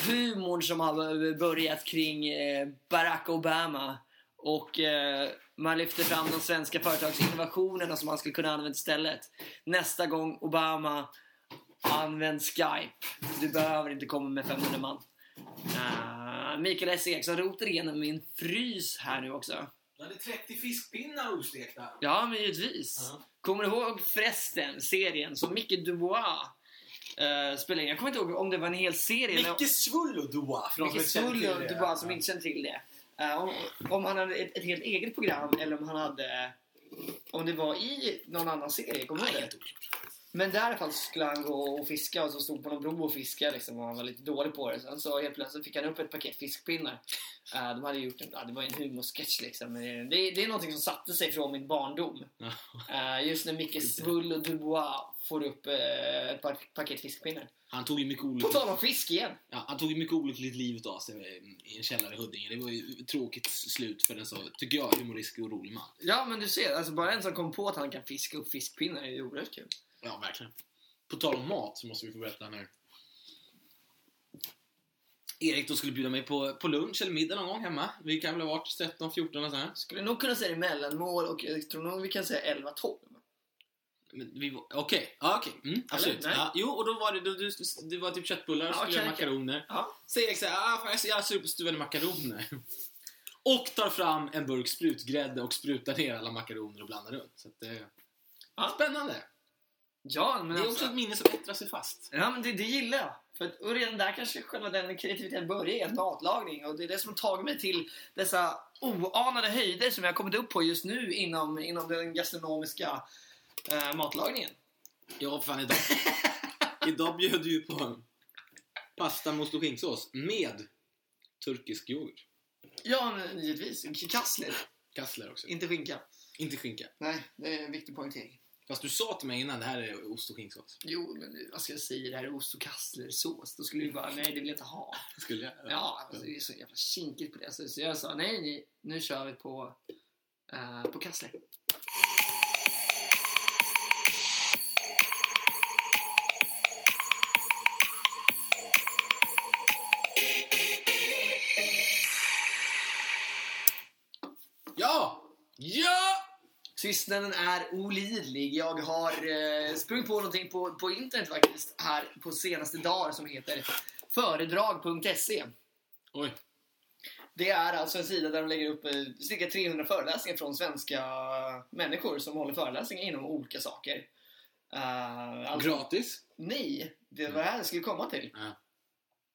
A: humorn som har börjat kring eh, Barack Obama. Och eh, man lyfter fram de svenska företagsinnovationerna som man skulle kunna använda istället. Nästa gång Obama, använd Skype. Du behöver inte komma med 500 man. Uh, Mikael S. Eriksson roter igenom min frys här nu också.
B: Du hade 30 fiskpinnar ostekta.
A: Ja, men givetvis.
B: Ja.
A: Kommer du ihåg Fresten, serien som Micke Dubois uh, spelade in? Jag kommer inte ihåg om det var en hel serie. eller-
B: Svullodua, för de som
A: Micke
B: inte känner till
A: Sullo
B: det. alltså.
A: Dubois som inte känner till det. Eh, om, om han hade ett, ett helt eget program eller om han hade... Om det var i någon annan serie, kommer du ihåg det? Men där i alla fall så skulle han gå och fiska och så stod på någon bro och fiska liksom, och han var lite dålig på det. Sen så helt plötsligt fick han upp ett paket fiskpinnar. Eh, de hade gjort en, ja, det var en humorsketch liksom. Men det, det, det är någonting som satte sig från min barndom.
B: Ja.
A: Eh, just när Micke Svull och Dubois får upp eh, ett par, paket fiskpinnar.
B: Han tog ju mycket
A: På
B: olyckligt,
A: tal om fisk igen!
B: ja, han tog ju mycket olyckligt livet av sig eh, i en källare i Huddinge. Det var ju ett tråkigt slut för en så, tycker jag, humoristisk och rolig man.
A: Ja men du ser, alltså bara en som kom på att han kan fiska upp fiskpinnar är ju oerhört kul.
B: Ja, verkligen. På tal om mat så måste vi få berätta nu. Erik då skulle bjuda mig på, på lunch eller middag någon gång hemma. Vi kan väl ha varit 13-14 eller så här.
A: Skulle nog kunna säga det är mellanmål och jag tror nog vi kan säga 11-12.
B: Men vi var- Okej, ja okej. Mm, absolut.
A: nej?
B: Ja, jo, och då var det, då, du, det var typ köttbullar,
A: Ja,
B: skulle
A: okej,
B: göra
A: okej.
B: makaroner.
A: Ja.
B: Så Erik säger ah, fan, jag är så jävla sugen på stuvade makaroner. Och tar fram en burk sprutgrädde och sprutar ner alla makaroner och blandar runt. Så att, eh,
A: Ja.
B: Spännande!
A: Ja, men
B: det är
A: alltså,
B: också ett minne som ättrar sig fast.
A: Ja, men det, det gillar jag. För att, och redan där kanske själva den kreativiteten börjar i att matlagning. Och det är det som har tagit mig till dessa oanade höjder som jag har kommit upp på just nu inom, inom den gastronomiska eh, matlagningen.
B: Ja, fan idag. idag bjöd du ju på pasta med ost och skinksås med turkisk yoghurt.
A: Ja, men givetvis. Kassler,
B: Kassler också.
A: inte skinka.
B: Inte skinka.
A: Nej, det är en viktig poängtering.
B: Fast du sa till mig innan, det här är ost och skinksås.
A: Jo, men vad ska jag säga? Det här är ost och kasslersås. Då skulle vi bara, nej det vill jag inte ha.
B: Skulle jag?
A: Ja, alltså, det är så jävla kinkigt på det. Så, så jag sa, nej, nej nu kör vi på, eh, på kassler.
B: Ja! Ja!
A: Tystnaden är olidlig. Jag har eh, sprungit på någonting på, på internet faktiskt här på senaste dagar som heter föredrag.se.
B: Oj.
A: Det är alltså en sida där de lägger upp eh, cirka 300 föreläsningar från svenska människor som håller föreläsningar inom olika saker. Eh, alltså,
B: Gratis?
A: nej, det var det här jag skulle komma till.
B: Ja.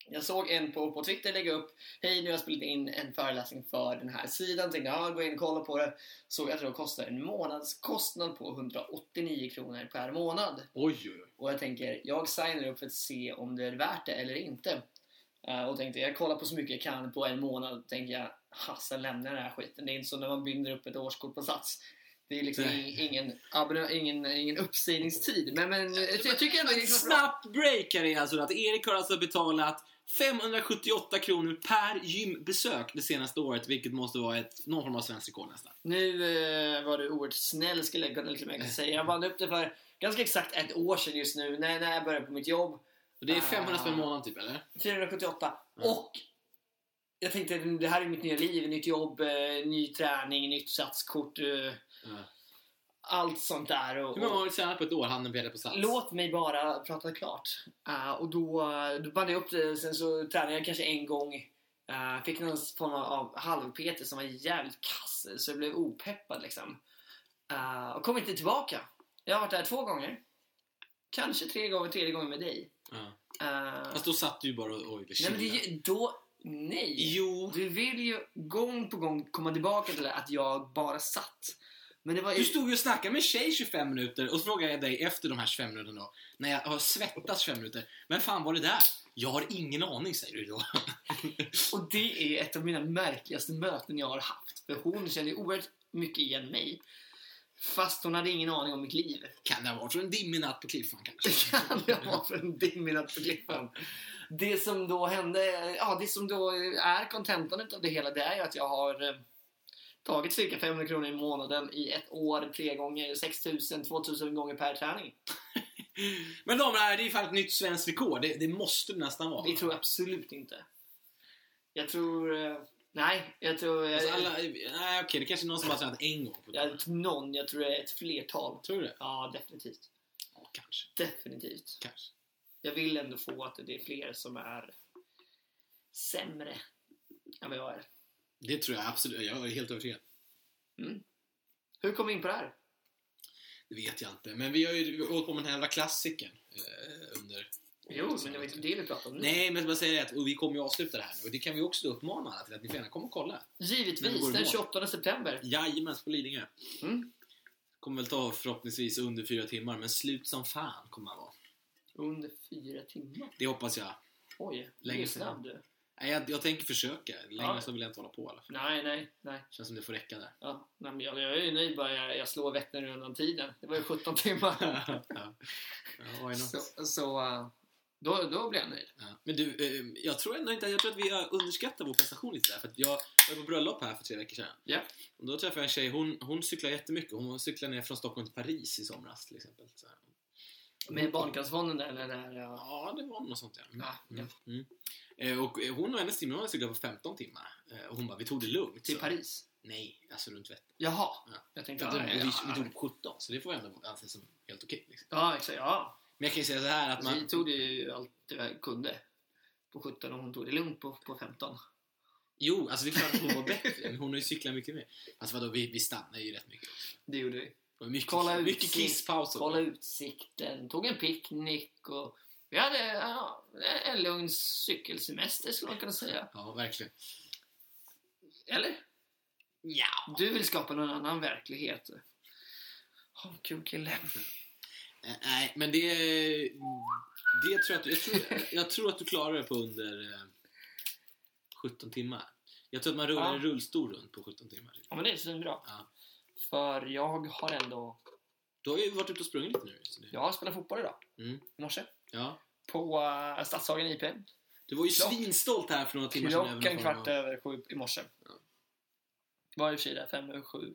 A: Jag såg en på, på Twitter lägga upp Hej, nu har jag spelat in en föreläsning för den här sidan. Tänkte jag gå in och kolla på det. Såg att det kostar en månadskostnad på 189 kronor per månad.
B: Oj, oj, oj.
A: Och jag tänker, jag signar upp för att se om det är värt det eller inte. Eh, och tänkte, jag kollar på så mycket jag kan på en månad. Tänker jag, ha, sen lämnar jag den här skiten. Det är inte så när man binder upp ett årskort på Sats. Det är liksom
B: Nej.
A: ingen, abonne- ingen, ingen uppsägningstid. Men, men jag, ty- jag tycker ändå det är
B: Ett
A: liksom bra.
B: snabbt break här är alltså att Erik har alltså betalat 578 kronor per gymbesök det senaste året, vilket måste vara ett, någon form av svenskt rekord nästan.
A: Nu eh, var du oerhört snäll skulle jag kunna- skulle jag kunna säga. Jag vann upp det för ganska exakt ett år sedan just nu, när, när jag började på mitt jobb.
B: Och det är
A: Ah.
B: 500 spänn i månaden typ, eller?
A: 478.
B: Mm.
A: Och jag tänkte det här är mitt nya liv, nytt jobb, eh, ny träning, nytt satskort, eh, allt sånt där. Och,
B: Hur många
A: och,
B: har du tjänat på ett år, handen på hjärtat på Sats?
A: låt mig bara prata klart. Eh, och då, eh, då band jag upp det, sen så tränade jag kanske en gång. Eh, fick någon form av halvpeter som var jävligt kass, så jag blev opeppad liksom. Eh, och kom inte tillbaka. Jag har varit där två gånger. Kanske tre gånger, tredje gången med dig.
B: Ja.
A: Eh,
B: Fast då satt du ju bara och, och
A: Nej, men det är ju, då, nej.
B: Jo,
A: Du vill ju gång på gång komma tillbaka till det att jag bara satt. Men det var
B: du stod ju och snackade med en tjej 25 minuter och så frågade jag dig efter de här 25 minuterna då, när jag har svettats 25 minuter, vem fan var det där? Jag har ingen aning säger du då.
A: och det är ett av mina märkligaste möten jag har haft. För hon kände ju oerhört mycket igen mig. Fast hon hade ingen aning om mitt liv.
B: Kan det ha varit från en dimmig natt på Kliffan kanske?
A: Det kan jag vara för en dimmig natt på klippan. Det som då hände, ja det som då är kontentan utav det hela det är ju att jag har eh, tagit cirka 500 kronor i månaden i ett år, tre gånger, 6000, 2000 gånger per träning.
B: Men damer och herrar, det är ju fan ett nytt svenskt rekord. Det, det måste det nästan vara.
A: Det tror jag absolut inte. Jag tror... eh, Nej, jag tror... Jag,
B: Alltså alla, nej okej, det kanske är någon som bara tränat en gång. På dagen.
A: jag, någon, jag tror det är ett flertal.
B: Tror du det?
A: Ja, definitivt.
B: Ja, kanske.
A: Definitivt.
B: kanske.
A: Jag vill ändå få att det är fler som är sämre än vad jag är.
B: Det tror jag absolut. Jag är helt övertygad.
A: Hur kom vi in på det här?
B: Det vet jag inte. Men vi har ju hållit på med den här jävla klassikern. Eh, under...
A: Jo, men det var inte det vi pratade om nu.
B: Nej, men bara säga att och vi kommer ju avsluta det här nu. Och det kan vi också då uppmana alla till att ni får gärna komma och kolla. Men det går
A: Givetvis,
B: i
A: den
B: mål.
A: 28 september.
B: Jajamens, på Lidingö.
A: Mm.
B: Kommer väl ta förhoppningsvis under fyra timmar, men slut som fan kommer han vara.
A: Under fyra timmar.
B: Det hoppas jag.
A: Oj,
B: Länge
A: du är
B: sedan.
A: snabb du.
B: Nej, jag, jag tänker försöka. Längre
A: Ja.
B: så vill jag inte hålla på i alla fall.
A: Nej, nej, nej.
B: Känns som det får räcka där.
A: Ja, nej men jag, jag är ju nöjd bara jag, jag slår Vätternrundan tiden. Det var ju 17 timmar.
B: ja. Ja, why not?
A: Så, så eh, då, då blir jag nöjd.
B: Ja. Men du, eh, jag tror ändå inte, jag tror att vi har underskattat vår prestation lite där. För att jag var på bröllop här för tre veckor sedan.
A: Ja.
B: Och då träffade jag en tjej, hon, hon cyklar jättemycket. Hon cyklar ner från Stockholm till Paris i somras till exempel. Så här.
A: Med Barncancerfonden där, där, där ja.
B: Ja, det var något sånt ja. Mm.
A: Ah, ja.
B: Mm. Mm. Eh, Och eh, hon och hennes team, hon har cyklat på 15 timmar. Eh, Och hon bara, vi tog det lugnt.
A: till
B: så.
A: Paris.
B: Nej, alltså runt Vättern.
A: Jaha,
B: Ja.
A: jag tänkte...
B: Ja,
A: Ja,
B: vi, vi
A: ja,
B: tog 17, så det får jag ändå anses som helt okej. liksom.
A: ja, exakt. Ja.
B: Men jag kan ju säga så här att man...
A: Alltså, Vi tog det ju allt vi kunde på 17 och hon tog det lugnt på, på 15.
B: Jo, alltså det är klart att hon var bättre, men hon har ju cyklat mycket mer. Alltså vadå, vi, vi stannar ju rätt mycket.
A: Det gjorde vi.
B: Och mycket,
A: Kolla ut
B: mycket
A: sin-
B: kisspauser.
A: Kolla utsikten, tog en picknick och... Vi hade ja, en lugn cykelsemester skulle man kunna säga.
B: Ja, verkligen.
A: Eller?
B: Ja.
A: Du vill skapa någon annan verklighet. Ha en kul kille.
B: Eh, Nej, men det... det tror jag, att, jag, tror, jag tror att du klarar det på under eh, 17 timmar. Jag tror att man rullar
A: Ja.
B: en rullstol runt på 17 timmar.
A: Ja men det är svinbra.
B: Ja.
A: För jag har ändå...
B: Du har ju varit ute och sprungit lite nu. Så det,
A: Jag har spelat fotboll idag.
B: Mm.
A: I morse.
B: ja.
A: På uh, Stadshagen IP.
B: Du var ju
A: Klock-
B: svinstolt här för några timmar sedan. över någon
A: Klockan
B: form av-
A: kvart över sju i morse.
B: Ja.
A: Var i och för sig där fem över sju.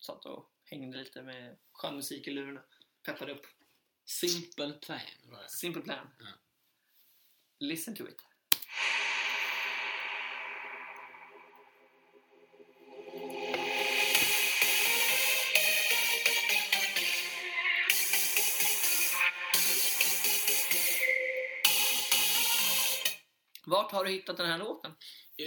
A: Satt och hängde lite med skön musik i lurarna. Peppade upp.
B: Simple plan. var det.
A: Simple plan.
B: Ja.
A: Listen to it. Vart har du hittat den här låten?
B: Eh,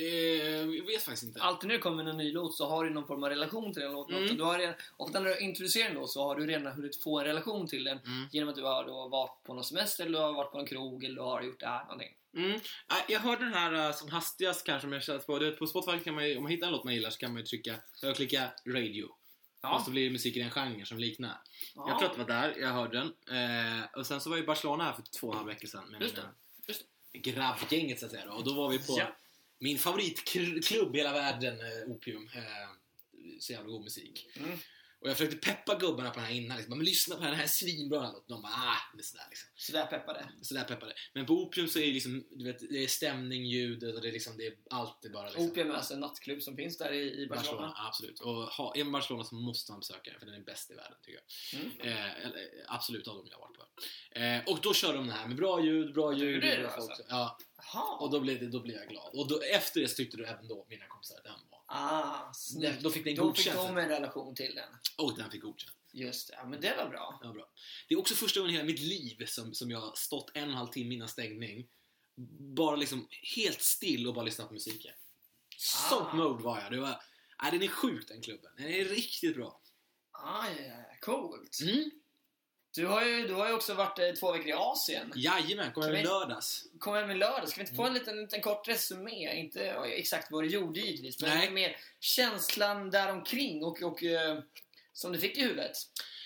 B: jag vet faktiskt inte.
A: Alltid när det kommer en ny låt så har du någon form av relation till den låten.
B: Mm.
A: också. Du har redan, ofta när du introducerar en låt så har du redan hunnit få en relation till den
B: Mm.
A: genom att du har då varit på någon semester, eller du har varit på en krog eller du har gjort det här någonting.
B: Mm. Ah, Jag hörde den här eh, som hastigast kanske om jag känner på. Du vet, På Spotify kan man ju, om man hittar en låt man gillar så kan man ju trycka, jag klicka radio. Och
A: Ja.
B: så blir det musik i den genre som liknar.
A: Ja.
B: Jag tror att det var där jag hörde den. Eh, och sen så var jag i Barcelona här för två och en halv vecka sedan med
A: Just
B: mina
A: det. Just
B: grabbgänget så att säga. Då. Och då var vi på
A: Ja.
B: min favoritklubb i hela världen, eh, Opium. Eh, så jävla god musik.
A: Mm.
B: Och jag försökte peppa gubbarna på den här innan. Liksom, bara, men lyssna på den här, den här är svinbra den här låten. De bara ah, det är sådär liksom.
A: Sådär peppade.
B: Sådär peppade. Men på Opium så är det liksom, du vet, det är stämning, ljudet och det är liksom, det är allt är bara liksom.
A: Opium är alltså en nattklubb som finns där i, i Barcelona.
B: Barcelona, absolut. Och ha, är man Barcelona så måste man besöka den, för den är bäst i världen tycker jag.
A: Mm.
B: Eh, eller, eh, absolut av dem jag har varit på. Eh, och då kör de den här med bra ljud, bra ljud.
A: Det är det
B: bra
A: alltså.
B: folk. Ja,
A: Jaha.
B: och då blir, det, då blir jag glad. Och då, efter det så tyckte du även då, mina kompisar, att den var...
A: Ah, snyggt.
B: Den, då fick den
A: Då fick
B: godkänt.
A: de en relation till den.
B: Och den fick godkänt.
A: Just det, ja, men det var bra.
B: Ja, bra. Det är också första gången i hela mitt liv som, som jag har stått en och en halv timme innan stängning. Bara liksom helt still och bara lyssnat på musiken. Sånt
A: Ah.
B: mode var jag. Det var, nej, den är sjuk den klubben. Den är riktigt bra.
A: Ah, ja, ja, coolt.
B: Mm.
A: Du har, ju, du har ju också varit eh, två veckor i Asien.
B: Jajamän, kom hem i
A: Okej.
B: lördags.
A: Kom hem i lördag. Ska vi inte få
B: Mm.
A: en liten, liten kort resumé? Inte ja, exakt vad du gjorde givetvis, men
B: Nej.
A: lite mer känslan däromkring och, och eh, som du fick i huvudet.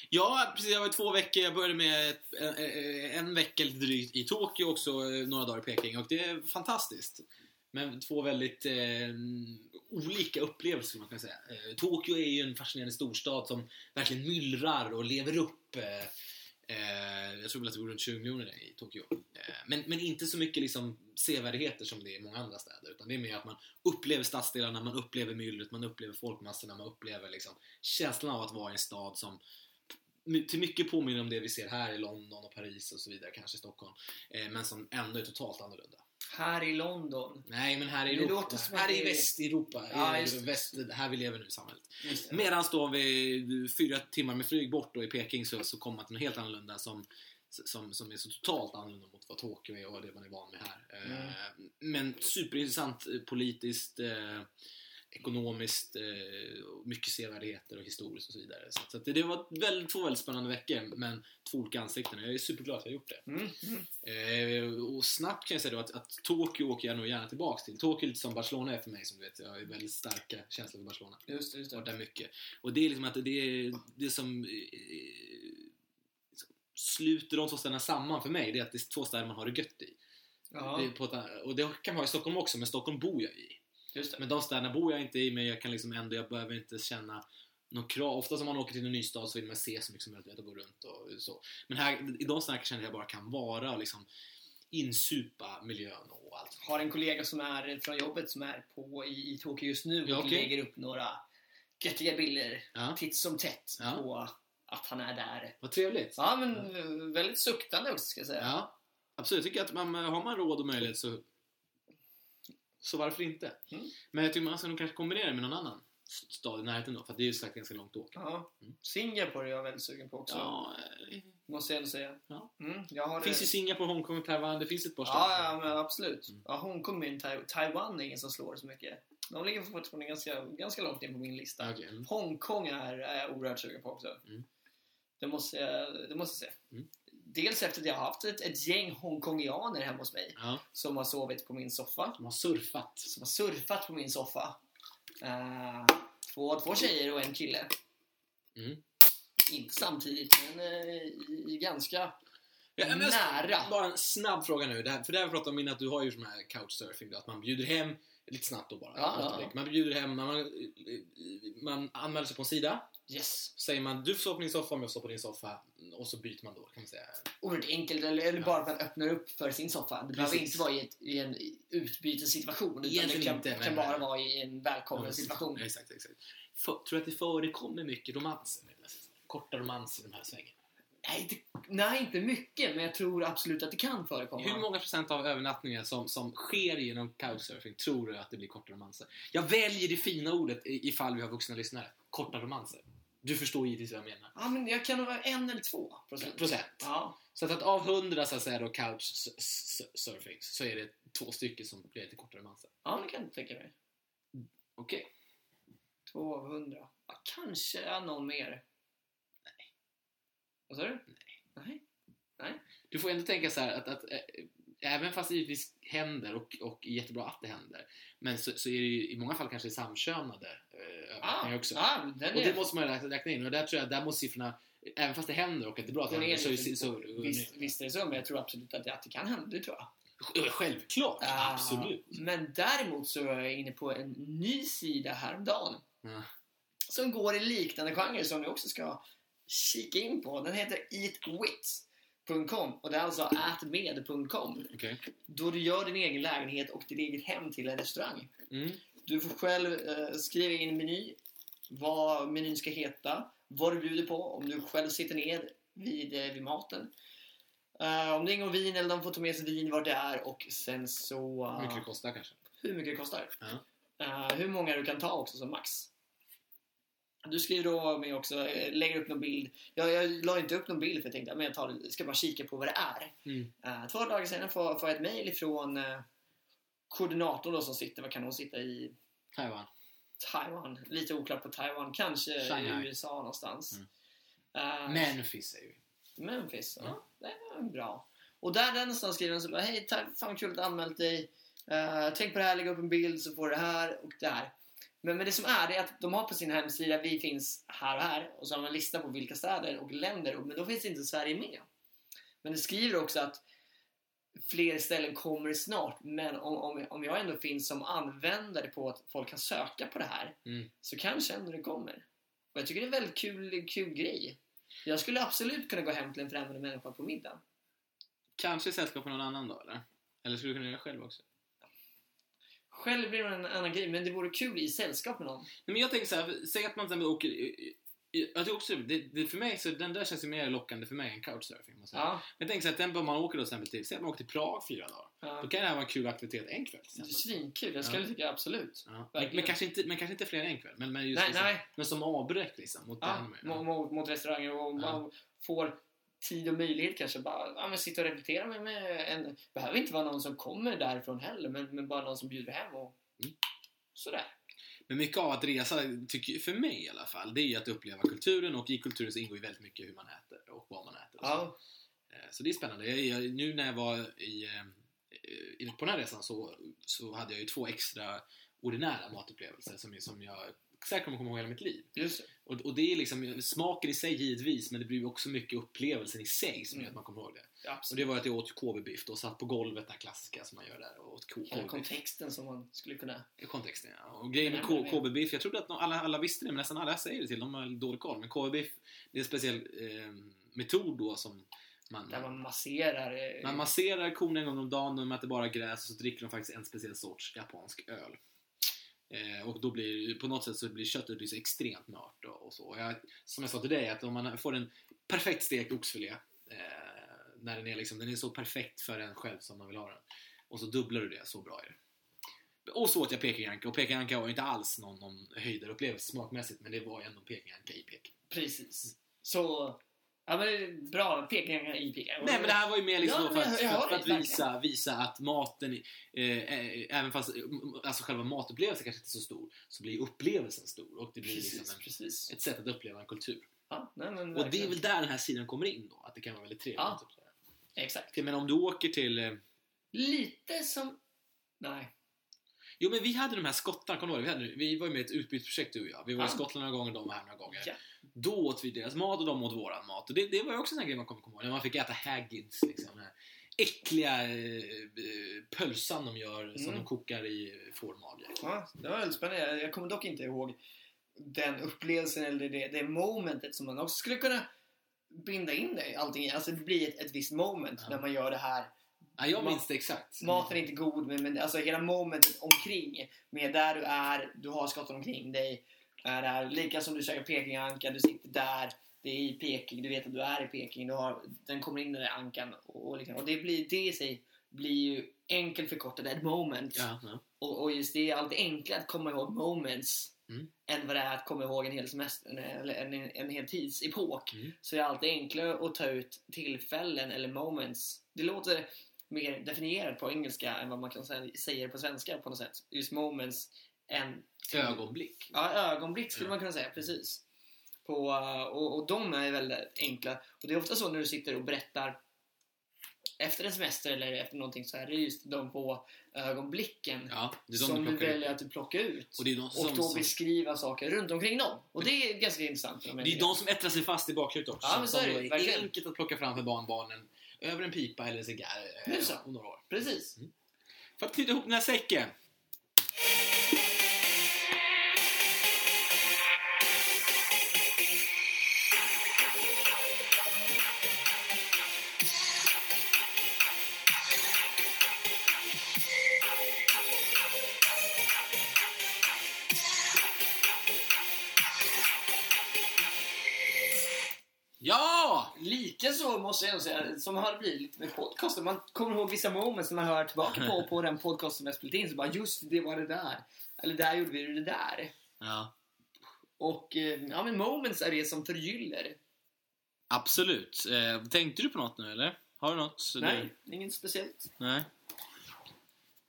B: Ja, precis. Jag var i två veckor. Jag började med ett- en, en- en vecka lite drygt i Tokyo också, eh, några dagar i Peking. Och det är fantastiskt. Men två väldigt eh, olika upplevelser, man kan säga. Eh, Tokyo är ju en fascinerande storstad som verkligen myllrar och lever upp. Eh, eh, jag tror väl att det bor runt 20 miljoner i Tokyo. Eh, men, men inte så mycket liksom sevärdheter som det är i många andra städer. Utan det är mer att man upplever stadsdelarna, man upplever myllret, man upplever folkmassorna, man upplever liksom känslan av att vara i en stad som my- till mycket påminner om det vi ser här i London och Paris och så vidare, kanske Stockholm. Eh, men som ändå är totalt annorlunda.
A: Här i London.
B: Nej, men här i
A: Det
B: Europa.
A: låter som att
B: här i
A: det är-
B: Västeuropa.
A: Ja,
B: i
A: just det.
B: väst, här vi lever nu i samhället.
A: Just det.
B: Medan då vi fyra timmar med flyg bort då i Peking så, så kommer man till något helt annorlunda som, som, som är så totalt annorlunda mot vad Tokyo är och det man är van med här. Eh, Men superintressant eh, politiskt, eh, ekonomiskt, eh, och mycket sevärdheter och historiskt och så vidare. Så, så att det, det var väldigt, två väldigt spännande veckor men två olika ansikten. Jag är superglad att jag gjort det.
A: Mm. Mm.
B: Eh, och snabbt kan jag säga då att, att Tokyo åker jag nog gärna tillbaks till. Tokyo är lite som Barcelona är för mig som du vet. Jag har ju väldigt starka känslor för Barcelona
A: Just det, just det.
B: varit där mycket. Och det är liksom att det är det som eh, liksom sluter de två städerna samman för mig, det är att det är två städer man har det gött i. Det är
A: Ja,
B: på ett, och det kan man ha i Stockholm också, men Stockholm bor jag i.
A: just det.
B: Men de städerna bor jag inte i, men jag kan liksom ändå, jag behöver inte känna någon krav. Ofta som man åker till en ny stad så vill man se så mycket som möjligt och gå runt och så. Men här, i de städerna känner jag bara kan vara och liksom insupa miljön och allt.
A: Har en kollega som är från jobbet som är på i, i Tokyo just nu och
B: Ja, okej.
A: lägger upp några göttiga bilder
B: Ja,
A: titt som tätt
B: Ja.
A: på att han är där.
B: vad trevligt!
A: Ja, men eh, väldigt suktande också ska jag säga.
B: Ja, absolut. Jag tycker att man, har man råd och möjlighet så, så varför inte?
A: Mm.
B: Men jag tycker man ska nog kanske kombinera det med någon annan stad i närheten då, för att det är ju sagt ganska långt att åka.
A: Ja.
B: Mm.
A: Singapore är jag väldigt sugen på också.
B: Ja, eh,
A: Måste jag ändå säga.
B: Ja.
A: Mm, jag har
B: det eh, finns ju Singapore, Hongkong, Taiwan, det finns ett par
A: Ja, ja men absolut.
B: Mm.
A: Ja, Hongkong min Tai- Taiwan är ingen som slår så mycket. De ligger fortfarande ganska, ganska långt in på min lista.
B: Ja, okej. Mm.
A: Hongkong är, är jag oerhört sugen på också.
B: Mm.
A: Det, måste jag, det måste jag se.
B: Mm.
A: Dels efter att jag har haft ett, ett gäng hongkongianer hemma hos mig
B: Ja,
A: som har sovit på min soffa.
B: de har surfat.
A: som har surfat på min soffa. Eh, två, två tjejer och en kille.
B: Mm.
A: Inte samtidigt, men eh, i, i ganska
B: Ja, men jag-
A: nära.
B: Bara en snabb fråga nu, det här, för det här har vi pratat om innan att du har ju sån här couchsurfing då, att man bjuder hem, lite snabbt då bara,
A: Ja, ja, ja.
B: återblick. man bjuder hem, man, man anmäler sig på en sida,
A: Yes!
B: Så säger man du får sova på din soffa om jag står på din soffa och så byter man då kan man säga.
A: Oerhört enkelt, eller, eller
B: Ja.
A: bara att man öppnar upp för sin soffa. Det behöver
B: Precis.
A: inte vara i, ett, i en utbytessituation, utan det
B: Egentligen
A: kan,
B: inte, men-
A: kan bara vara i en välkommen situation.
B: Exakt, exakt. För, tror du att det förekommer mycket romanser? nu? Korta romanser i de här svängarna.
A: Nej, inte, nej, inte mycket, men jag tror absolut att det kan förekomma.
B: Hur många procent av övernattningar som, som sker genom couchsurfing tror du att det blir korta romanser? Jag väljer det fina ordet i- ifall vi har vuxna lyssnare. Korta romanser. Du förstår givetvis vad jag menar.
A: Ja, men jag kan nog vara en eller två procent.
B: Procent.
A: Ja.
B: Så att, att av hundra så att säga då couchsurfing så är det två stycken som blir lite kortare mansar.
A: Ja, det kan jag tänka mig.
B: Okej.
A: Två av hundra. Ja, kanske ja, någon mer. Nej. Vad sa du? Nej.
B: Du får ändå tänka så här att, att eh, även fast det givetvis händer och, och är jättebra att det händer men så, så är det ju i många fall kanske samkönade eh,
A: Ah,
B: övernattningar också.
A: ah, den
B: Och
A: är...
B: det måste man ju räkna- räkna in och där tror jag, där måste siffrorna, även fast det händer och att det är bra att det
A: Den är
B: händer, så,
A: lite-
B: så, så
A: Visst, visst är det så, men jag tror absolut att det, att det kan hända. Det tror jag.
B: Självklart!
A: Ah,
B: Absolut!
A: Men däremot så är jag inne på en ny sida häromdagen.
B: Ja.
A: Som går i liknande genre som vi också ska kika in på. Den heter eatwit.com och det är alltså ätmed.com.
B: Okej.
A: Då du gör din egen lägenhet och ditt eget hem till en restaurang.
B: Mm.
A: Du får själv eh, skriva in en meny, vad menyn ska heta, vad du bjuder på, om du själv sitter ned vid, eh, vid maten. Eh, om det ingår vin eller de får ta med sig vin vart det är och sen så... eh,
B: Hur mycket det kostar kanske?
A: hur mycket det kostar.
B: Ja.
A: Eh, hur många du kan ta också som max. Du skriver då med också, eh, lägger upp någon bild. Jag, jag la inte upp någon bild för jag tänkte att jag tar, ska bara kika på vad det är.
B: Mm.
A: Eh, två dagar senare får, får jag ett mejl ifrån eh, koordinatorn då som sitter, vad kan hon sitta i?
B: Taiwan.
A: Taiwan. Lite oklart på Taiwan. Kanske
B: Shanghai.
A: i USA någonstans.
B: Mm.
A: Eh,
B: Memphis är ju...
A: Memphis,
B: Mm.
A: ja. Det var bra. Och där den som skriver den så bara Hej, tack, fan kul att du anmält dig. Eh, tänk på det här, lägg upp en bild så får du det här och det här. Men, men det som är, det är att de har på sin hemsida, vi finns här och här. Och så har man en lista på vilka städer och länder, och, men då finns inte Sverige med. Men det skriver också att fler ställen kommer snart. Men om, om, om jag ändå finns som användare på att folk kan söka på det här
B: Mm.
A: så kanske ändå det kommer. Och jag tycker det är en väldigt kul, kul grej. Jag skulle absolut kunna gå hem till en främmande människa på middag.
B: Kanske sällskap på någon annan dag eller? Eller skulle du kunna göra det själv också?
A: Själv blir det en annan grej, men det vore kul i sällskap med någon.
B: Nej, men jag tänker så här, för- säg att man till exempel åker... i- i- Jag tror också, det, det för mig, så den där känns ju mer lockande för mig än couchsurfing. måste jag säga.
A: Ja.
B: Jag tänker så här, att den om man åker då till exempel till, säg att man åker till Prag fyra dagar. Då
A: ja.
B: kan det här vara en kul aktivitet en kväll. till
A: Det är
B: exempel.
A: svinkul, jag skulle
B: Ja.
A: tycka absolut.
B: Ja. Men,
A: verkligen.
B: men, kanske inte, men kanske inte fler än en kväll. Men, men, just
A: Nej,
B: liksom,
A: nej.
B: men som avbräck liksom. Mot
A: Ja,
B: den, ja.
A: mot, mot, mot restauranger och om
B: Ja.
A: man får tid och möjlighet kanske bara ja, men sitta och repetera med, med en... behöver inte vara någon som kommer därifrån heller, men, men bara någon som bjuder hem och
B: Mm.
A: sådär.
B: Men mycket av att resa, tycker, för mig i alla fall, det är ju att uppleva kulturen och i kulturen så ingår ju väldigt mycket hur man äter och vad man äter. och så.
A: Ja.
B: Eh, Så det är spännande. Jag, jag, nu när jag var i, eh, i- på den här resan så, så hade jag ju två extra ordinära matupplevelser som, som jag säkert kommer komma ihåg hela mitt liv.
A: Just det.
B: Och, och det är liksom smaken i sig givetvis, men det blir ju också mycket upplevelsen i sig som
A: Mm.
B: gör att man kommer ihåg det.
A: Ja,
B: Och
A: absolut.
B: det var att jag åt KB-biff och satt på golvet, den här klassiska som man gör där, och åt
A: Hela
B: KB-biff.
A: kontexten som man skulle kunna...
B: I kontexten ja. Och grejen med
A: Nej, men-
B: K- KB-biff, jag trodde att nå- alla, alla visste det, men nästan alla jag säger det till, de har dålig koll. Men KB-biff, det är en speciell eh, metod då som man...
A: Där man masserar... eh,
B: Mm. Man masserar korna en gång om dagen, de äter bara gräs och så dricker de faktiskt en speciell sorts japansk öl. Eh, och då blir på något sätt så blir köttet blir så extremt mört och, och så. Och jag, som jag sa till dig, att om man får en perfekt stekt oxfilé, eh, när den är, liksom, den är så perfekt för en själv som man vill ha den, och så dubblar du det, så bra är det. Och så åt jag pekinganka, och pekinganka var ju inte alls någon, någon höjdarupplevelse smakmässigt, men det var ju ändå pekinganka i Peking.
A: Precis. Så... Ja, men bra. Pekingar i pekingar.
B: Nej men det här var ju mer liksom
A: Ja,
B: för,
A: men
B: att,
A: jag hör
B: för,
A: dig,
B: för att visa, visa att maten, eh, eh, även fast eh, alltså själva matupplevelsen kanske inte är så stor, så blir upplevelsen stor och det blir liksom
A: Precis,
B: en,
A: precis.
B: ett sätt att uppleva en kultur.
A: Ja, nej, men
B: Och det är
A: verkligen.
B: väl där den här sidan kommer in då, att det kan vara väldigt trevligt.
A: Ja.
B: att uppleva.
A: Exakt.
B: Men om du åker till... eh,
A: Lite som... Nej.
B: Jo men vi hade de här skottarna, kommer du ihåg? Vi, hade, vi var ju med i ett utbytesprojekt du och jag. Vi var i
A: Ja.
B: Skottland några gånger, de var här några gånger.
A: Ja.
B: Då åt vi deras mat och de åt våran mat. Och det, det var ju också en sån här grej man kommer komma ihåg. När man fick äta haggis. Liksom, den här äckliga eh, eh, pölsan de gör som
A: Mm.
B: de kokar i fårmage.
A: Ja, det var väldigt spännande. Jag- Jag kommer dock inte ihåg den upplevelsen eller det, det momentet som man också skulle kunna binda in det, i allting i. Alltså det blir ett, ett visst moment
B: Ja.
A: när man gör det här.
B: Ja, jag
A: Ma-
B: minns det exakt.
A: Maten är inte god, men, men alltså hela momentet omkring. Med där du är, du har skottar omkring dig. Är där, lika som du käkar Pekinganka, du sitter där. Det är i Peking, du vet att du är i Peking. Du har, den kommer in i den där ankan. Och, och, liksom, och det, blir, det i sig blir ju enkelt förkortat ett moment.
B: Ja, ja.
A: Och, och just det är alltid enklare att komma ihåg moments
B: Mm.
A: än vad det är att komma ihåg en hel semester eller en, en, en hel tidsepok.
B: Mm.
A: Så det är alltid enklare att ta ut tillfällen eller moments. Det låter mer definierat på engelska än vad man kan säga, säga på svenska på något sätt. Just moments än
B: Ögonblick.
A: Ja, ögonblick skulle
B: Ja.
A: man kunna säga, precis. På, eh, och, och de är väldigt enkla. Och det är ofta så när du sitter och berättar efter en semester eller efter någonting så är det just de på ögonblicken
B: Ja, det är de
A: som
B: du
A: du
B: plockar
A: väljer
B: ut.
A: att du plockar ut.
B: Och det är de som-
A: då
B: som-
A: beskriva saker runt omkring dem. Och det är ganska intressant. för de
B: Det är de som ättrar sig fast i bakhuvudet också.
A: Ja, men så är det ju,
B: Som
A: verkligen.
B: enkelt att plocka fram för barnbarnen över en pipa eller en cigarr eh,
A: Det är så.
B: om några år.
A: Precis.
B: För att knyta ihop den här säcken. Ja!
A: Likaså måste jag ändå säga, som har blivit lite med podcasten, man kommer ihåg vissa moments när man hör tillbaka på, på den podcast som jag spelat in så bara just det var det där. Eller där gjorde vi det där.
B: Ja,
A: Och eh, ja, men moments är det som förgyller.
B: absolut. Eh, tänkte du på något nu eller? Har du något?
A: Nej, inget speciellt.
B: Nej.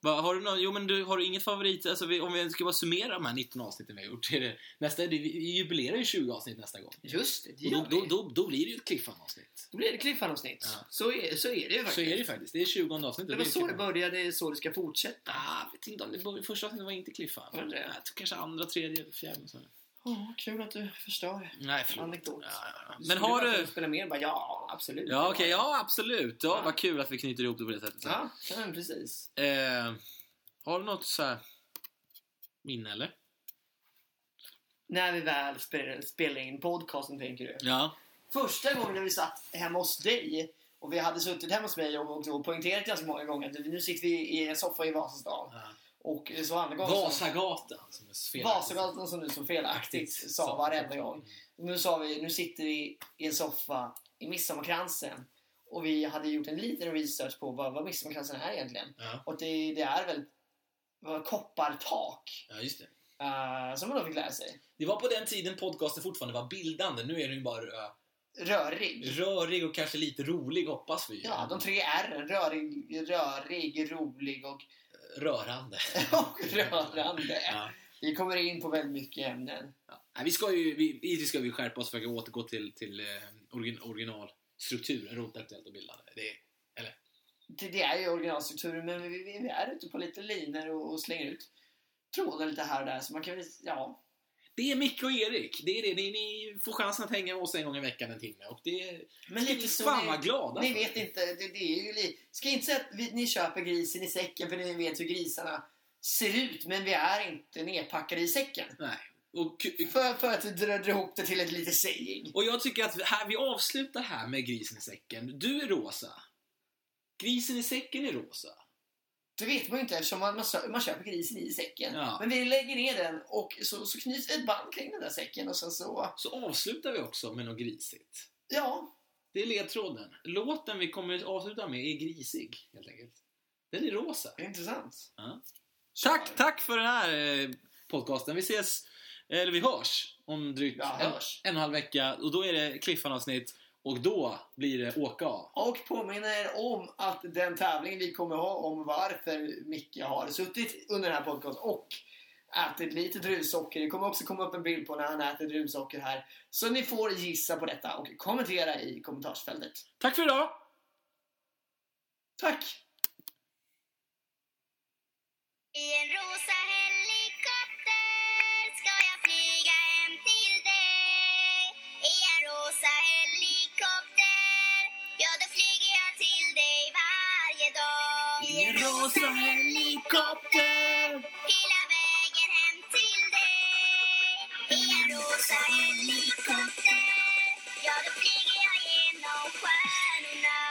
B: Va, har du någon, jo men du, har du inget favorit, alltså vi, om vi ska bara summera de här 19 avsnitten vi har gjort. Är det, nästa, det, vi jubilerar ju 20 avsnitt nästa gång.
A: Just det, det
B: Och då,
A: gör
B: då,
A: vi.
B: då, då blir det ju ett cliffhanger-avsnitt.
A: Då blir det cliffhanger-avsnitt.
B: Ja.
A: Så, är, så är det ju faktiskt.
B: Så är det ju faktiskt, det är 20 avsnittet.
A: det var
B: är ju
A: så det
B: cliffhanger.
A: började, det är så det ska fortsätta.
B: Ah, jag vet inte om det började, första avsnittet var inte cliffhanger.
A: Var det det?
B: Jag tror kanske andra, tredje, eller fjärde. och Så.
A: Åh, kul att du förstår.
B: Nej, förlåt.
A: Anekdot.
B: Ja, ja, ja. Men
A: Skulle
B: har
A: bara kunna
B: du...
A: spela mer? Bara, ja, absolut.
B: Ja, okej, ja absolut. Ja,
A: Ja.
B: Vad kul att vi knyter ihop det på det sättet.
A: Ja, ja, men precis.
B: Eh, har du något så här minne eller?
A: När vi väl spe- spelar in podcasten, tänker du?
B: Ja.
A: Första gången när vi satt hemma hos dig och vi hade suttit hemma hos mig och, och poängterat ganska många gånger att nu sitter vi i en soffa i Vasastan. Och så andra gången... så-
B: Vasagatan som är felaktigt.
A: Vasagatan som du så felaktigt sa varenda gång. Nu sa vi, nu sitter vi i en soffa i Midsommarkransen och vi hade gjort en liten research på vad, vad Midsommarkransen är egentligen.
B: Ja,
A: Och det, det är väl vad, koppartak
B: ja, just det.
A: eh, som man då fick lära sig.
B: Det var på den tiden podcasten fortfarande var bildande. Nu är den ju bara eh,
A: Rörig.
B: rörig och kanske lite rolig, hoppas vi.
A: Ja, de tre R. Rörig, rörig rolig och,
B: Rörande.
A: och rörande.
B: Ja.
A: Vi kommer in på väldigt mycket ämnen.
B: Ja. Nej, Vi ska ju, vi, givetvis ska vi skärpa oss och försöka återgå till, till eh, origin, originalstrukturen, runt aktuellt och bildande. Det är,
A: Det, det är ju originalstrukturen men vi, vi, vi är ute på lite linor och, och slänger ut trådar lite här och där så man kan väl, ja.
B: det är Micke och Erik. Det är det. Ni, ni får chansen att hänga med oss en gång i veckan en timme. Och det är,
A: Men lite så,
B: fan
A: ni-
B: vad glada
A: Ni
B: för.
A: vet inte, det, det är ju li... Ska inte säga att vi, ni köper grisen i säcken för ni vet hur grisarna ser ut men vi är inte nedpackade i säcken.
B: Nej. Och, ku-
A: För, för att dra dra ihop det till ett litet saying.
B: Och jag tycker att vi- här, vi avslutar här med grisen i säcken. Du är rosa. Grisen i säcken är rosa.
A: Det vet man ju inte eftersom man, man, sö- man köper grisen i säcken.
B: Ja.
A: Men vi lägger ner den och så, så knyts ett band kring den där säcken och sen så,
B: Så avslutar vi också med något grisigt.
A: ja.
B: Det är ledtråden. Låten vi kommer att avsluta med är grisig, helt enkelt. Den är rosa.
A: Det är intressant.
B: Ja.
A: Kör.
B: Tack, tack för den här eh, podcasten. Vi ses, eller vi hörs, om drygt
A: Ja,
B: en,
A: hörs.
B: en och en halv vecka. Och då är det Cliffan-avsnitt och då blir det åka av.
A: Och påminner er om att den tävling vi kommer ha om varför Micke har suttit under den här podcasten och ätit lite druvsocker. Det kommer också komma upp en bild på när han äter druvsocker här. Så ni får gissa på detta och kommentera i kommentarsfältet.
B: Tack för idag!
A: Tack!
C: I en rosa helikopter ska jag flyga hem till dig. I en rosa helikopter, ja då flyger jag till dig varje dag. I en rosa helikopter, hela vägen hem till dig. I en rosa helikopter, ja då flyger jag genom stjärnorna.